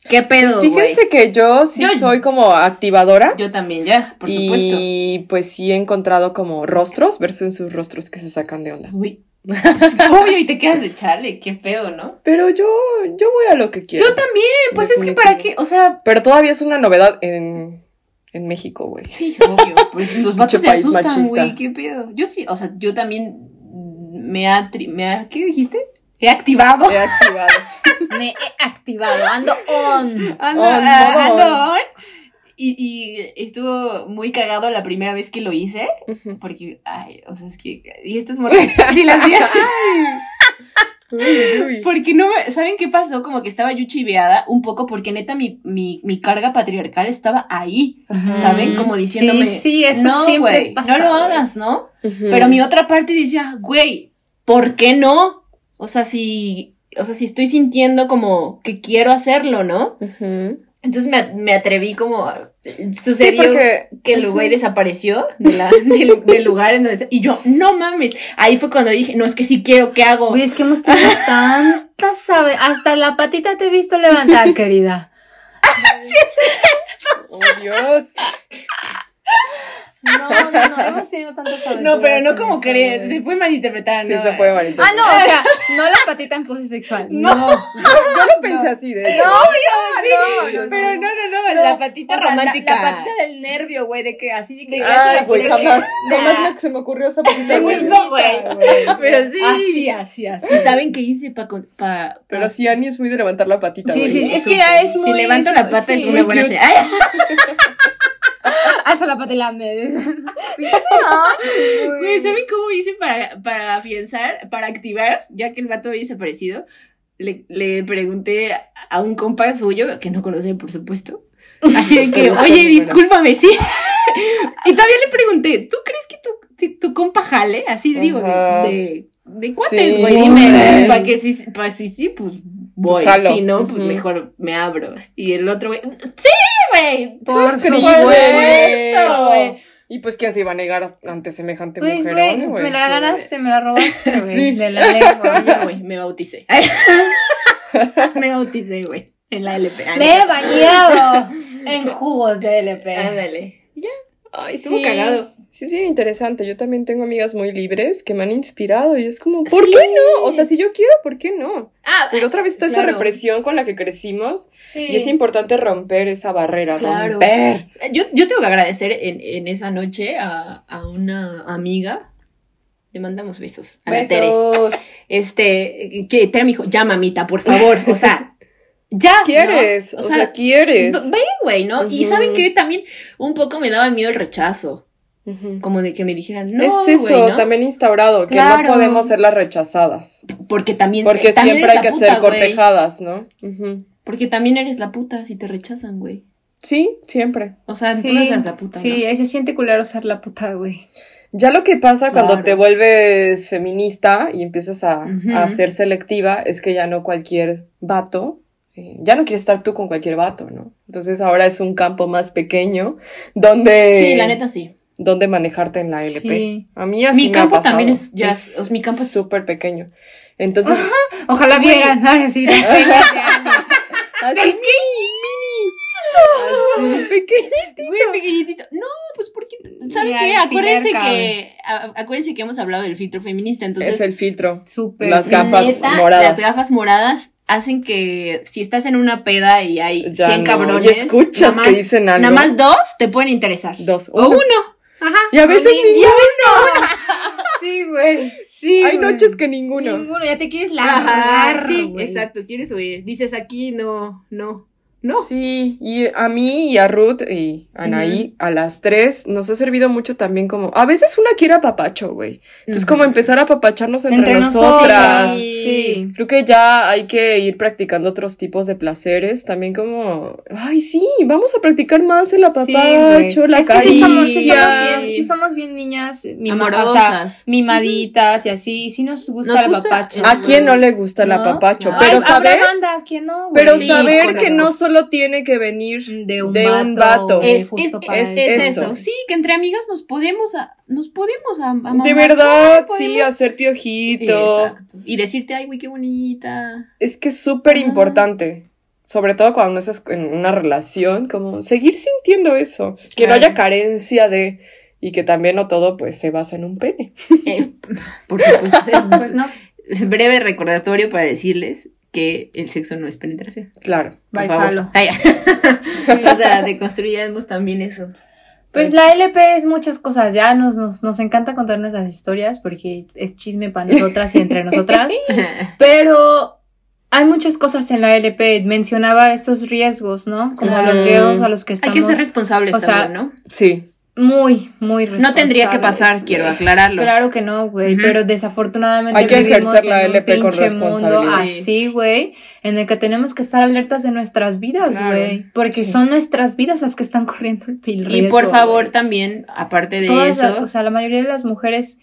Speaker 3: ¿Qué pedo,
Speaker 2: Pues
Speaker 3: güey?
Speaker 2: fíjense que yo sí
Speaker 3: Yo-
Speaker 2: soy como activadora.
Speaker 3: Yo también, ya, por supuesto.
Speaker 2: Y pues sí he encontrado como rostros versus sus rostros que se sacan de onda.
Speaker 3: Uy. Obvio, y te quedas de chale, qué pedo, ¿no?
Speaker 2: Pero yo, yo voy a lo que quiero.
Speaker 3: Yo también, pues es que para qué, o sea,
Speaker 2: Pero todavía es una novedad en, en México, güey.
Speaker 3: sí, obvio, pues los vatos
Speaker 2: Mucho
Speaker 3: se
Speaker 2: país
Speaker 3: asustan,
Speaker 2: machista.
Speaker 3: güey, qué pedo. Yo sí, o sea, yo también me ha, tri- me ha- ¿qué dijiste? He activado.
Speaker 2: He activado.
Speaker 4: Me he activado, ando on.
Speaker 3: Ando,
Speaker 2: On,
Speaker 3: ah,
Speaker 2: modo
Speaker 3: ando
Speaker 2: on.
Speaker 3: on. Y, y estuvo muy cagado la primera vez que lo hice,
Speaker 2: Ujú.
Speaker 3: porque, ay, o sea, es que, y estas morras, si las vieras,
Speaker 2: Uy, uy.
Speaker 3: Porque no me- ¿saben qué pasó? Como que estaba yo chiveada un poco porque neta mi, mi, mi carga patriarcal estaba ahí, ¿saben? Como diciéndome,
Speaker 4: Mm, Sí, sí, eso
Speaker 3: no,
Speaker 4: siempre
Speaker 3: güey,
Speaker 4: pasa,
Speaker 3: no lo
Speaker 4: güey".
Speaker 3: hagas, ¿no?
Speaker 2: Ujú.
Speaker 3: Pero mi otra parte decía, güey, ¿por qué no? O sea, si, o sea, si estoy sintiendo como que quiero hacerlo, ¿no?
Speaker 2: Ujú.
Speaker 3: Entonces me, me atreví como a-
Speaker 2: Sí,
Speaker 3: sucedió
Speaker 2: porque
Speaker 3: que el güey desapareció de la- del, del lugar en donde está- y yo no mames ahí fue cuando dije no es que sí quiero qué hago
Speaker 4: Güey, es que hemos tenido tantas, ¿sabes? Hasta la patita te he visto levantar, querida.
Speaker 2: Oh, Dios.
Speaker 4: No, no, no, hemos tenido tantas aventuras.
Speaker 3: no pero no
Speaker 4: en
Speaker 3: como
Speaker 4: eso,
Speaker 3: crees
Speaker 4: güey.
Speaker 3: se puede malinterpretar
Speaker 2: Sí,
Speaker 3: ¿no? eh.
Speaker 2: se puede malinterpretar.
Speaker 4: Ah, no, o sea, no la patita en pose sexual. No, no,
Speaker 3: Ah,
Speaker 2: Yo lo pensé así, de hecho.
Speaker 4: no, no,
Speaker 3: pero no no no,
Speaker 4: No,
Speaker 3: la patita
Speaker 4: o sea, la-
Speaker 3: romántica
Speaker 4: La, patita del nervio, güey, de que así de que...
Speaker 2: Ay, güey,
Speaker 4: de que-
Speaker 2: jamás.
Speaker 4: de-
Speaker 2: Jamás me- se me ocurrió esa
Speaker 4: de
Speaker 2: posibilidad.
Speaker 3: güey,
Speaker 4: niñita,
Speaker 3: no, güey. Pero Ah, sí.
Speaker 4: Así, así, así.
Speaker 3: ¿Y saben qué hice para pa,
Speaker 2: Pero sí, Annie es muy de levantar la patita.
Speaker 4: Sí,
Speaker 2: güey.
Speaker 4: sí, es que ya es muy...
Speaker 3: si levanto la pata es
Speaker 4: sí.
Speaker 3: una buena
Speaker 2: cute.
Speaker 3: señal Ay,
Speaker 4: Hasta la pata y la medes. Pinche Ani, güey.
Speaker 3: Güey, ¿saben cómo hice para, para afianzar, para activar, ya que el vato había desaparecido? Le, le pregunté a un compa suyo, que no conocen, por supuesto. Así de que,
Speaker 2: Pero está
Speaker 3: oye,
Speaker 2: muy buena".
Speaker 3: discúlpame, sí. y todavía le pregunté, ¿tú crees que tu, que tu compa jale? Así digo, de,
Speaker 2: Ajá.
Speaker 3: de, de cuates,
Speaker 2: Sí,
Speaker 3: güey. Dime,
Speaker 2: pues.
Speaker 3: para que sí, para sí, sí, pues voy.
Speaker 2: jalo.
Speaker 3: si no, pues
Speaker 2: Ujú.
Speaker 3: mejor me abro. Y el otro, güey, ¡sí, güey!
Speaker 2: Por
Speaker 3: sí,
Speaker 2: supuesto.
Speaker 3: güey.
Speaker 2: Y pues, ¿quién se iba a negar as- ante semejante
Speaker 4: Pues,
Speaker 2: mujerón,
Speaker 4: güey,
Speaker 2: güey?
Speaker 4: me la ganaste, me la robaste, güey.
Speaker 2: Sí.
Speaker 4: De la lengua.
Speaker 3: Yo, güey, me bauticé. me bauticé, güey. En la LP. Ah,
Speaker 4: Me he
Speaker 3: no.
Speaker 4: bañado en jugos de LP.
Speaker 3: Ándale.
Speaker 2: Ay,
Speaker 3: Estuvo
Speaker 2: sí.
Speaker 3: cagado.
Speaker 2: Sí, es bien interesante. Yo también tengo amigas muy libres que me han inspirado y es como, ¿por
Speaker 4: Sí.
Speaker 2: qué no? O sea, si yo quiero, ¿por qué no?
Speaker 3: Ah,
Speaker 2: Pero otra vez está esa
Speaker 3: Claro.
Speaker 2: represión con la que crecimos
Speaker 4: Sí.
Speaker 2: y es importante romper esa barrera,
Speaker 3: Claro.
Speaker 2: romper.
Speaker 3: yo, yo tengo que agradecer en, en esa noche a, a una amiga. Le mandamos besos. A la Tere.
Speaker 4: Besos.
Speaker 3: Este, que Tere me dijo, ya mamita, por favor. O sea, ya. ¿no?
Speaker 2: ¿Quieres? O, sea, quieres.
Speaker 3: ve- Ve, güey, ¿no? Y
Speaker 2: Ujú.
Speaker 3: saben que también un poco me daba miedo el rechazo.
Speaker 2: Ujú.
Speaker 3: Como de que me dijeran, no,
Speaker 2: es eso,
Speaker 3: güey, ¿no?
Speaker 2: también instaurado, que
Speaker 3: Claro.
Speaker 2: no podemos ser las rechazadas.
Speaker 3: Porque también.
Speaker 2: Porque
Speaker 3: también
Speaker 2: siempre hay
Speaker 3: eres
Speaker 2: que
Speaker 3: la
Speaker 2: ser
Speaker 3: puta, güey.
Speaker 2: cortejadas, ¿no? Ujú.
Speaker 3: Porque también eres la puta si te rechazan, güey.
Speaker 2: Sí, siempre.
Speaker 3: O sea, tú
Speaker 4: Sí,
Speaker 3: no eres la puta.
Speaker 4: Sí,
Speaker 3: ¿no?
Speaker 4: ahí se siente culero ser la puta, güey.
Speaker 2: Ya lo que pasa cuando
Speaker 3: Claro.
Speaker 2: te vuelves feminista y empiezas a,
Speaker 3: Ujú.
Speaker 2: a ser selectiva es que ya no cualquier vato, eh, ya no quieres estar tú con cualquier vato, ¿no? Entonces ahora es un campo más pequeño donde,
Speaker 3: Sí, la neta sí.
Speaker 2: donde manejarte en la LP.
Speaker 4: Sí.
Speaker 2: A mí así
Speaker 3: Mi
Speaker 2: me
Speaker 3: campo
Speaker 2: ha pasado.
Speaker 3: también es- ya, o- mi campo es-
Speaker 2: súper pequeño. Entonces,
Speaker 4: Ojalá
Speaker 3: Güey.
Speaker 4: vieran, ¿no? Así, las señas de Ani.
Speaker 2: así mini, mini, así pequeño.
Speaker 3: Muy pequeñitito. No, pues porque. ¿Saben
Speaker 4: Ni
Speaker 3: qué?
Speaker 4: alfiler
Speaker 3: Acuérdense
Speaker 4: cabe.
Speaker 3: que, a- acuérdense que hemos hablado del filtro feminista. Entonces,
Speaker 2: es el filtro.
Speaker 4: Súper.
Speaker 2: Las
Speaker 4: fina.
Speaker 2: gafas
Speaker 3: neta,
Speaker 2: moradas.
Speaker 3: Las gafas moradas hacen que si estás en una peda y hay
Speaker 2: Ya
Speaker 3: 100
Speaker 2: no.
Speaker 3: cabrones.
Speaker 2: Y escuchas
Speaker 3: nada
Speaker 2: que
Speaker 3: más-
Speaker 2: dicen algo.
Speaker 3: Nada más dos te pueden interesar.
Speaker 2: Dos.
Speaker 4: Oh,
Speaker 3: O
Speaker 2: uno.
Speaker 3: uno. Ajá.
Speaker 2: Y a veces
Speaker 4: Ni-
Speaker 2: ninguno.
Speaker 4: Sí, güey. Sí,
Speaker 2: Hay
Speaker 4: güey.
Speaker 2: noches que ninguno.
Speaker 4: Ninguno, ya te quieres
Speaker 3: Ajá.
Speaker 4: largar,
Speaker 3: Sí,
Speaker 4: güey.
Speaker 3: exacto. Quieres huir. Dices aquí, no, no, no.
Speaker 2: Sí, y a mí y a Ruth y a Anaí, a las tres, nos ha servido mucho también como, a veces una quiere apapacho, güey. Entonces como
Speaker 3: Ujú.
Speaker 2: empezar a apapacharnos entre,
Speaker 4: Entre
Speaker 2: nosotras.
Speaker 4: nosotras. Sí.
Speaker 2: Creo que ya hay que ir practicando otros tipos de placeres, también como, ay, sí, vamos a practicar más el
Speaker 4: Sí,
Speaker 2: apapacho,
Speaker 4: güey.
Speaker 2: la
Speaker 4: es que sí somos, sí
Speaker 2: caricia.
Speaker 4: somos bien, sí somos bien niñas mima- o sea,
Speaker 3: Amorosas.
Speaker 4: mimaditas y así, y sí nos gusta Ah,
Speaker 3: Nos
Speaker 4: el
Speaker 3: gusta-
Speaker 4: papacho.
Speaker 2: ¿A quién no le gusta el
Speaker 4: ¿No?
Speaker 2: apapacho?
Speaker 3: No.
Speaker 2: Pero
Speaker 4: Ay, habrá
Speaker 2: saber,
Speaker 4: banda, ¿a quién no? güey?
Speaker 2: pero
Speaker 3: Sí,
Speaker 2: saber que
Speaker 3: conozco.
Speaker 2: no solo tiene que venir
Speaker 4: de un
Speaker 2: de
Speaker 4: vato.
Speaker 2: un vato.
Speaker 4: güey,
Speaker 3: es,
Speaker 4: justo
Speaker 3: es-
Speaker 4: para
Speaker 3: es-
Speaker 2: eso.
Speaker 3: es eso. Sí, que entre amigas nos podemos, a- nos podemos a,
Speaker 2: de verdad, sí, hacer piojito.
Speaker 3: Exacto. Y decirte, ay, güey, qué bonita.
Speaker 2: Es que es súper
Speaker 3: Ah.
Speaker 2: importante. Sobre todo cuando estás en una relación, como seguir sintiendo eso. Que no
Speaker 3: Claro.
Speaker 2: haya carencia de. Y que también no todo pues se basa en un pene.
Speaker 3: Eh, por supuesto.
Speaker 4: Pues no,
Speaker 3: Breve recordatorio para decirles que el sexo no es penetración.
Speaker 2: Claro.
Speaker 4: bye,
Speaker 2: Por favor.
Speaker 4: palo.
Speaker 3: Ay, o sea, deconstruyamos también eso.
Speaker 4: Pues la LP es muchas cosas, ya nos, nos, nos encanta contar nuestras historias porque es chisme para nosotras y entre nosotras. Pero hay muchas cosas en la LP. Mencionaba estos riesgos, ¿no? Como
Speaker 2: Claro.
Speaker 4: los riesgos a los que estamos.
Speaker 3: Hay que ser responsables
Speaker 4: o sea,
Speaker 3: también, ¿no?
Speaker 2: Sí.
Speaker 4: muy, muy responsables.
Speaker 3: No tendría que pasar,
Speaker 4: güey.
Speaker 3: quiero aclararlo.
Speaker 4: Claro que no, güey,
Speaker 3: Ujú.
Speaker 4: pero desafortunadamente
Speaker 2: Hay que
Speaker 4: vivimos
Speaker 2: ejercer la
Speaker 4: en un
Speaker 2: LP con
Speaker 4: pinche mundo
Speaker 2: responsabilidad.
Speaker 4: así, güey, en el que tenemos que estar alertas de nuestras vidas,
Speaker 3: Claro,
Speaker 4: güey, porque
Speaker 2: sí.
Speaker 4: son nuestras vidas las que están corriendo el pil
Speaker 3: Y por favor, también, aparte de
Speaker 4: todas,
Speaker 3: eso,
Speaker 4: la- o sea, la mayoría de las mujeres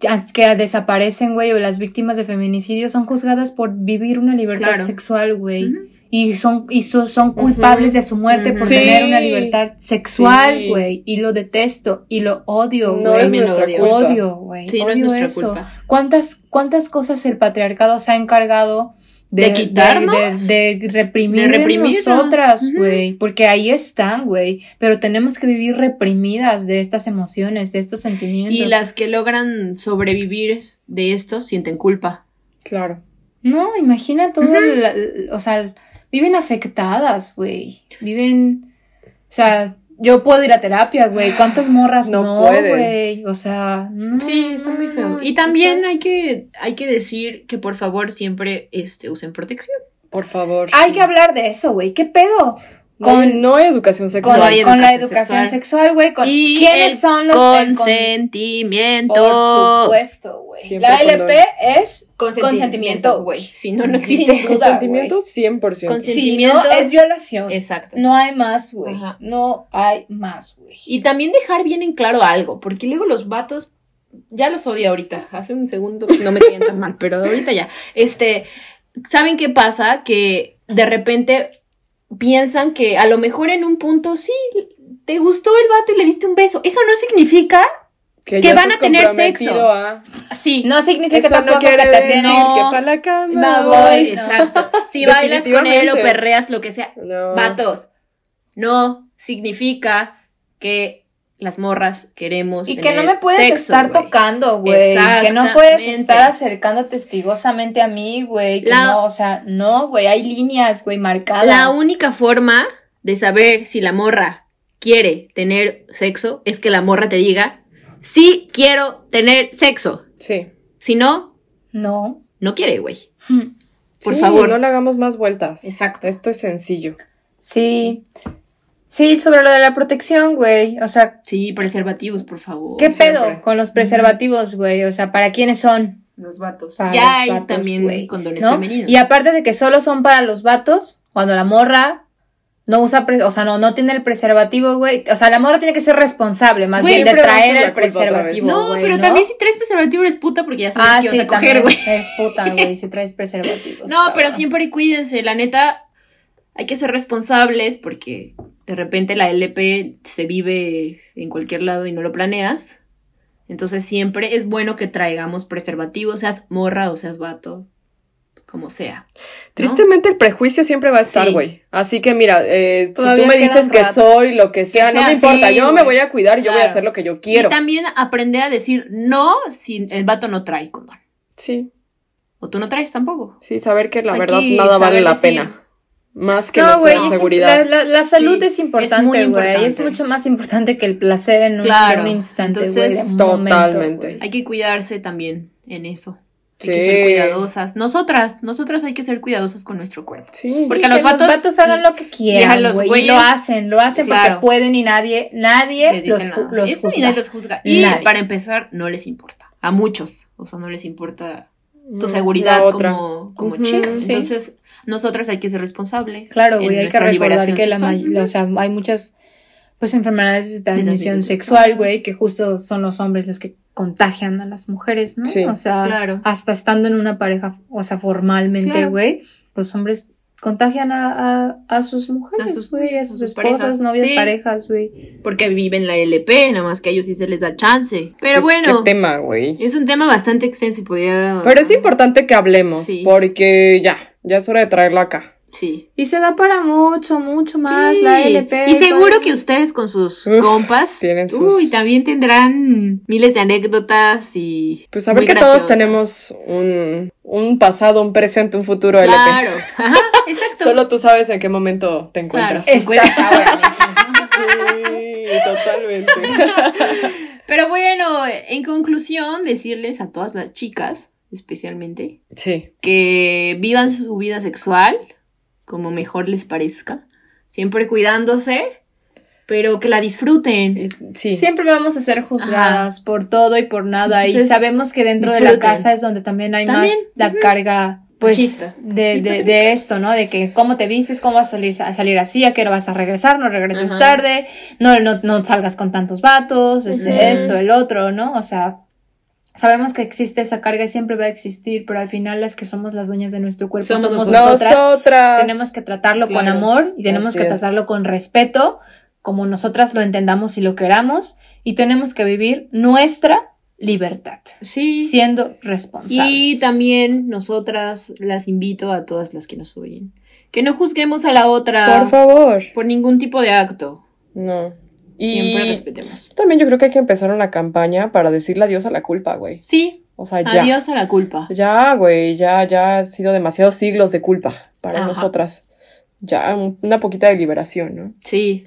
Speaker 4: ya- que desaparecen, güey, o las víctimas de feminicidio son juzgadas por vivir una libertad
Speaker 3: Claro.
Speaker 4: sexual, güey.
Speaker 3: Ujú.
Speaker 4: Y y son, y so- son culpables de su muerte por
Speaker 3: Ujú.
Speaker 4: tener una
Speaker 2: Sí.
Speaker 4: libertad sexual,
Speaker 2: Sí.
Speaker 4: güey. Y lo detesto y lo odio,
Speaker 2: No
Speaker 4: güey.
Speaker 2: es
Speaker 3: También
Speaker 2: nuestra
Speaker 3: odio.
Speaker 2: culpa.
Speaker 4: odio, güey.
Speaker 3: Sí, no es
Speaker 4: odio
Speaker 3: nuestra
Speaker 4: eso.
Speaker 3: culpa.
Speaker 4: ¿Cuántas, ¿Cuántas cosas el patriarcado se ha encargado
Speaker 3: De quitarnos,
Speaker 4: de, de reprimir
Speaker 3: de
Speaker 4: en
Speaker 3: reprimirnos,
Speaker 4: nosotras,
Speaker 3: ujú.
Speaker 4: güey? Porque ahí están, güey. Pero tenemos que vivir reprimidas de estas emociones, de estos sentimientos.
Speaker 3: Y las que logran sobrevivir de esto sienten culpa.
Speaker 2: Claro.
Speaker 4: No, imagina todo, la- la- o sea, viven afectadas, güey. Viven, o sea, yo puedo ir a terapia, güey. ¿Cuántas morras
Speaker 2: No
Speaker 4: no,
Speaker 2: pueden.
Speaker 4: güey? O sea, no.
Speaker 3: Sí, está muy
Speaker 4: no,
Speaker 3: feo.
Speaker 4: no,
Speaker 3: Y
Speaker 4: está-
Speaker 3: también hay que, hay que decir que por favor siempre este, usen protección.
Speaker 2: Por favor.
Speaker 4: Hay
Speaker 2: sí.
Speaker 4: que hablar de eso, güey. ¿Qué pedo?
Speaker 2: No hay-
Speaker 4: con-
Speaker 2: no hay educación
Speaker 4: Con,
Speaker 2: sexual.
Speaker 4: con la educación,
Speaker 3: educación
Speaker 4: sexual, güey. Con,
Speaker 3: Y el
Speaker 4: ¿Quiénes son los del con-
Speaker 3: Consentimiento.
Speaker 4: Por supuesto, güey.
Speaker 2: Siempre
Speaker 4: La LP
Speaker 2: condón.
Speaker 4: es
Speaker 3: Consentimiento, güey. Si no, no
Speaker 4: Sí.
Speaker 3: existe.
Speaker 4: sin duda,
Speaker 2: Consentimiento 100%.
Speaker 3: Consen-
Speaker 4: si no,
Speaker 3: Consentimiento.
Speaker 4: es violación.
Speaker 3: Exacto.
Speaker 4: No hay más, güey.
Speaker 3: Ajá.
Speaker 4: No hay más, güey.
Speaker 3: Y también dejar bien en claro algo, porque luego los vatos, ya los odio ahorita, hace un segundo no me querían tan mal, pero ahorita ya. Este, ¿saben qué pasa? Que de repente piensan que a lo mejor en un punto sí, te gustó el vato y le diste un beso. Eso no significa, que
Speaker 2: ya
Speaker 3: van
Speaker 2: estás
Speaker 3: a tener
Speaker 2: comprometido
Speaker 3: sexo.
Speaker 2: a-
Speaker 3: sí,
Speaker 4: No significa
Speaker 2: Eso no
Speaker 4: tampoco
Speaker 2: quiere
Speaker 4: que te
Speaker 2: decir
Speaker 4: tienen
Speaker 3: no.
Speaker 2: que para la cama
Speaker 4: Va,
Speaker 2: voy.
Speaker 4: voy.
Speaker 3: exacto. Si bailas con él o
Speaker 2: Definitivamente.
Speaker 3: perreas, lo que sea,
Speaker 2: No.
Speaker 3: Vatos, no significa que las morras queremos.
Speaker 4: Y que
Speaker 3: tener
Speaker 4: no me puedes
Speaker 3: sexo,
Speaker 4: estar
Speaker 3: güey.
Speaker 4: tocando, güey. Que no puedes
Speaker 3: Exactamente.
Speaker 4: estar acercando testigosamente a mí, güey. que
Speaker 3: La-
Speaker 4: No, o sea, no, güey. Hay líneas, güey, marcadas.
Speaker 3: La única forma de saber si la morra quiere tener sexo es que la morra te diga, sí quiero tener sexo.
Speaker 2: Sí.
Speaker 3: Si no,
Speaker 4: No.
Speaker 3: no quiere, güey. Por
Speaker 2: Sí,
Speaker 3: favor.
Speaker 2: No le hagamos más vueltas.
Speaker 3: Exacto.
Speaker 2: Esto es sencillo.
Speaker 4: Sí. Sí, sobre lo de la protección, güey. O sea,
Speaker 3: Sí, preservativos, por favor.
Speaker 4: ¿qué
Speaker 2: siempre.
Speaker 4: pedo con los preservativos, güey? O sea, ¿para quiénes son?
Speaker 3: Los vatos.
Speaker 4: Para los
Speaker 3: ya hay
Speaker 4: vatos,
Speaker 3: también
Speaker 4: güey,
Speaker 3: condones
Speaker 4: ¿no?
Speaker 3: femeninos.
Speaker 4: Y aparte de que solo son para los vatos, cuando la morra no usa, pre- o sea, no, no tiene el preservativo, güey. O sea, la morra tiene que ser responsable, más
Speaker 3: Güey,
Speaker 4: bien, de
Speaker 2: siempre va a ser
Speaker 4: traer
Speaker 2: la
Speaker 4: el
Speaker 2: culpa otra vez.
Speaker 4: preservativo,
Speaker 3: no,
Speaker 4: güey,
Speaker 3: pero
Speaker 4: ¿no?
Speaker 3: también si traes preservativo eres puta porque ya sabes
Speaker 4: Ah,
Speaker 3: que
Speaker 4: sí,
Speaker 3: vas a coger,
Speaker 4: también
Speaker 3: güey.
Speaker 4: Es puta, güey, si traes preservativos.
Speaker 3: No, pero
Speaker 4: cabrón.
Speaker 3: siempre cuídense, la neta, hay que ser responsables porque de repente la LP se vive en cualquier lado y no lo planeas. Entonces siempre es bueno que traigamos preservativos, seas morra o seas vato, como sea.
Speaker 2: Tristemente el prejuicio siempre va a estar,
Speaker 3: Sí.
Speaker 2: güey. Así que mira, eh, si
Speaker 4: Todavía
Speaker 2: tú me
Speaker 4: quedan
Speaker 2: dices que
Speaker 4: ratos.
Speaker 2: soy lo que sea, no
Speaker 3: sea,
Speaker 2: me importa,
Speaker 3: sí,
Speaker 2: yo me
Speaker 3: güey.
Speaker 2: voy a cuidar, yo voy a
Speaker 3: Claro.
Speaker 2: hacer lo que yo quiero.
Speaker 3: Y también aprender a decir no si el vato no trae condón.
Speaker 2: Sí,
Speaker 3: O tú no traes tampoco.
Speaker 2: sí, saber que la
Speaker 3: Hay
Speaker 2: verdad
Speaker 3: que
Speaker 2: nada vale
Speaker 3: saber
Speaker 2: la
Speaker 3: decir.
Speaker 2: pena. Más que
Speaker 4: No,
Speaker 2: nuestra
Speaker 4: güey, es imp-
Speaker 2: seguridad.
Speaker 4: La, la- la salud
Speaker 3: Sí,
Speaker 4: es
Speaker 3: es muy
Speaker 4: importante, güey.
Speaker 3: importante.
Speaker 4: Es, mucho más importante que el placer en un,
Speaker 3: Claro,
Speaker 4: de un instante,
Speaker 3: entonces,
Speaker 4: güey, de un momento,
Speaker 2: totalmente.
Speaker 4: güey.
Speaker 3: Hay que cuidarse también en eso. Hay
Speaker 2: Sí.
Speaker 3: que ser cuidadosas. Nosotras, nosotras hay que ser cuidadosas con nuestro cuerpo.
Speaker 2: Sí.
Speaker 3: Porque
Speaker 4: que
Speaker 3: los vatos-
Speaker 4: hagan lo que
Speaker 3: Ya
Speaker 4: quieran,
Speaker 3: los
Speaker 4: güey, y
Speaker 3: güeyes-
Speaker 4: lo hacen, lo hacen
Speaker 3: Claro.
Speaker 4: porque pueden y nadie, nadie
Speaker 3: les
Speaker 4: los,
Speaker 3: dicen
Speaker 4: ju-
Speaker 3: nada.
Speaker 4: los
Speaker 3: Eso ni
Speaker 4: juzga.
Speaker 3: nadie los juzga. Y
Speaker 4: Nadie.
Speaker 3: para empezar, no les importa. A muchos. O sea, no les importa tu
Speaker 2: Mm,
Speaker 3: seguridad
Speaker 2: la otra.
Speaker 3: como, como
Speaker 2: Ujú,
Speaker 3: chicos.
Speaker 4: sí.
Speaker 3: Entonces, nosotras hay que ser responsables.
Speaker 4: Claro,
Speaker 3: en
Speaker 4: güey, hay que
Speaker 3: nuestra
Speaker 4: recordar
Speaker 3: liberación
Speaker 4: que la
Speaker 3: sexual.
Speaker 4: may- o sea, hay muchas pues enfermedades de transmisión
Speaker 3: transmisión
Speaker 4: sexual,
Speaker 3: sexual.
Speaker 4: güey, que justo son los hombres los que contagian a las mujeres, ¿no?
Speaker 2: Sí.
Speaker 4: O sea,
Speaker 3: Claro.
Speaker 4: hasta estando en una pareja, o sea, formalmente,
Speaker 3: Claro.
Speaker 4: güey, los hombres contagian a, a, a sus
Speaker 3: A
Speaker 4: mujeres,
Speaker 3: sus-
Speaker 4: güey, a
Speaker 3: a
Speaker 4: sus,
Speaker 3: sus
Speaker 4: esposas,
Speaker 3: parejas,
Speaker 4: novias,
Speaker 3: sí.
Speaker 4: parejas, güey.
Speaker 3: Porque viven la LP, nada más que a ellos sí se les da chance. Pero
Speaker 2: Pues,
Speaker 3: bueno,
Speaker 2: Qué tema, güey.
Speaker 3: es un tema bastante extenso y podría...
Speaker 2: Pero es importante que hablemos,
Speaker 3: Sí.
Speaker 2: porque ya, ya es hora de traerlo acá.
Speaker 3: Sí.
Speaker 4: Y se da para mucho, mucho más
Speaker 3: Sí.
Speaker 4: la LP.
Speaker 3: Y seguro
Speaker 4: todo.
Speaker 3: que ustedes con sus
Speaker 2: Uf,
Speaker 3: compas...
Speaker 2: tienen sus-
Speaker 3: Uy, también tendrán miles de anécdotas y...
Speaker 2: Pues saber
Speaker 3: muy
Speaker 2: que todos
Speaker 3: graciosas.
Speaker 2: tenemos un, un pasado, un presente, un futuro LP.
Speaker 3: Claro. Ajá, exacto.
Speaker 2: Solo tú sabes en qué momento te
Speaker 3: Claro.
Speaker 2: encuentras.
Speaker 4: Estás ahora mismo.
Speaker 2: Sí, totalmente.
Speaker 3: Pero bueno, en conclusión, decirles a todas las chicas, especialmente,
Speaker 2: Sí,
Speaker 3: que vivan su vida sexual como mejor les parezca, siempre cuidándose, pero que la disfruten.
Speaker 2: y- sí.
Speaker 4: Siempre vamos a ser juzgadas por todo y por nada. y
Speaker 3: Entonces,
Speaker 4: sabemos que dentro de la
Speaker 3: disfruten.
Speaker 4: casa es donde también hay
Speaker 3: También,
Speaker 4: más la carga, pues,
Speaker 3: Machista. Y
Speaker 4: de, de,
Speaker 3: patriarcal.
Speaker 4: de esto, ¿no? De que cómo te vistes, cómo vas a salir, a salir así, a qué hora vas a regresar, no regreses
Speaker 3: Ajá.
Speaker 4: tarde, no, no, no salgas con tantos vatos, este,
Speaker 3: Ujú.
Speaker 4: esto, el otro, ¿no? O sea, Sabemos que existe esa carga y siempre va a existir, pero al final las que somos las dueñas de nuestro cuerpo somos,
Speaker 3: Somos
Speaker 4: pues nosotras.
Speaker 2: Nosotras.
Speaker 4: Tenemos que tratarlo con
Speaker 2: Claro,
Speaker 4: amor y tenemos
Speaker 2: así
Speaker 4: que
Speaker 2: es.
Speaker 4: tratarlo con respeto, como nosotras lo entendamos y lo queramos, y tenemos que vivir nuestra libertad,
Speaker 3: Sí.
Speaker 4: siendo responsables.
Speaker 3: Y también nosotras las invito a todas las que nos oyen. Que no juzguemos a la otra
Speaker 2: Por favor.
Speaker 3: por ningún tipo de acto.
Speaker 2: No.
Speaker 3: Siempre
Speaker 2: Y
Speaker 3: respetemos.
Speaker 2: también yo creo que hay que empezar una campaña para decirle adiós a la culpa, güey.
Speaker 3: Sí,
Speaker 2: O sea, ya.
Speaker 3: adiós a la culpa.
Speaker 2: Ya, güey, ya, ya han sido demasiados siglos de culpa para
Speaker 3: Ajá.
Speaker 2: nosotras. Ya, un- una poquita de liberación, ¿no?
Speaker 3: Sí,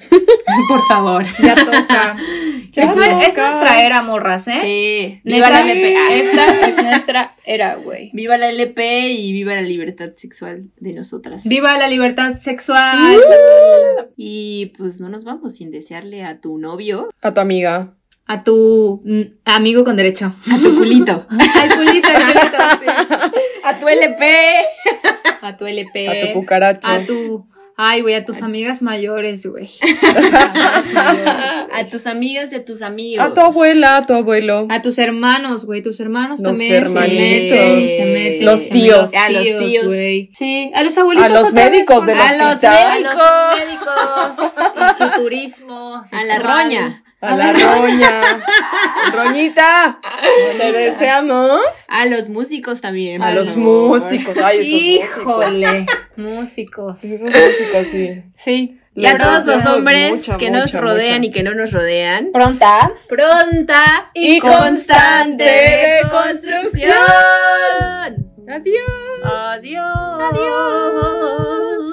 Speaker 3: por favor.
Speaker 4: Ya toca.
Speaker 2: Ya
Speaker 4: es, nue- es
Speaker 2: toca.
Speaker 4: nuestra era, morras, ¿eh?
Speaker 3: Sí.
Speaker 4: Neta,
Speaker 3: Viva la LP.
Speaker 4: Esta es nuestra era, güey.
Speaker 3: Viva la LP y viva la libertad sexual de nosotras.
Speaker 4: Viva la libertad sexual.
Speaker 3: Y pues no nos vamos sin desearle a tu novio,
Speaker 2: A tu amiga.
Speaker 4: A tu mm, amigo con derecho.
Speaker 3: a tu culito,
Speaker 4: Al culito, al culito, sí.
Speaker 3: a tu LP.
Speaker 4: A tu LP.
Speaker 2: Eh, A tu cucaracho.
Speaker 4: A tu. Ay, güey, a tus amigas mayores, güey. A tus amigas mayores.
Speaker 3: A tus amigas y a tus amigos.
Speaker 2: A tu abuela, a tu abuelo.
Speaker 4: A tus hermanos, güey. Tus hermanos
Speaker 2: Los
Speaker 4: también se
Speaker 2: hermanitos.
Speaker 4: meten, se meten.
Speaker 2: Los
Speaker 4: se
Speaker 2: tíos.
Speaker 4: meten
Speaker 3: A los tíos.
Speaker 4: güey. Sí, a los abuelitos.
Speaker 2: A los
Speaker 4: otra vez,
Speaker 2: médicos
Speaker 4: por-
Speaker 2: de la
Speaker 4: A los
Speaker 2: cita.
Speaker 4: médicos. A los médicos. Y su turismo.
Speaker 3: A la
Speaker 4: sexual.
Speaker 3: roña.
Speaker 2: A la roña. Roñita. Te deseamos.
Speaker 3: A los músicos también.
Speaker 2: A
Speaker 3: por
Speaker 2: los
Speaker 3: favor.
Speaker 2: músicos. Ay, esos músicos.
Speaker 4: Híjole. Músicos.
Speaker 2: Esos músicos, sí.
Speaker 4: Sí.
Speaker 3: Y a
Speaker 2: Les
Speaker 3: todos los
Speaker 2: deseamos
Speaker 3: hombres
Speaker 2: mucha,
Speaker 3: que nos
Speaker 2: mucha,
Speaker 3: rodean
Speaker 2: mucha.
Speaker 3: y que no nos rodean.
Speaker 4: Pronta.
Speaker 3: Pronta
Speaker 2: Y constante
Speaker 3: construcción.
Speaker 2: Adiós.
Speaker 3: Adiós. Adiós.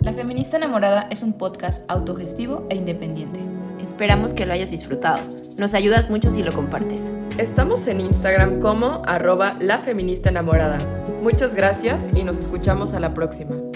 Speaker 5: La Feminista Enamorada es un podcast autogestivo e independiente.
Speaker 6: Esperamos que lo hayas disfrutado. Nos ayudas mucho si lo compartes.
Speaker 7: Estamos en Instagram como arroba la feminista enamorada. Muchas gracias y nos escuchamos a la próxima.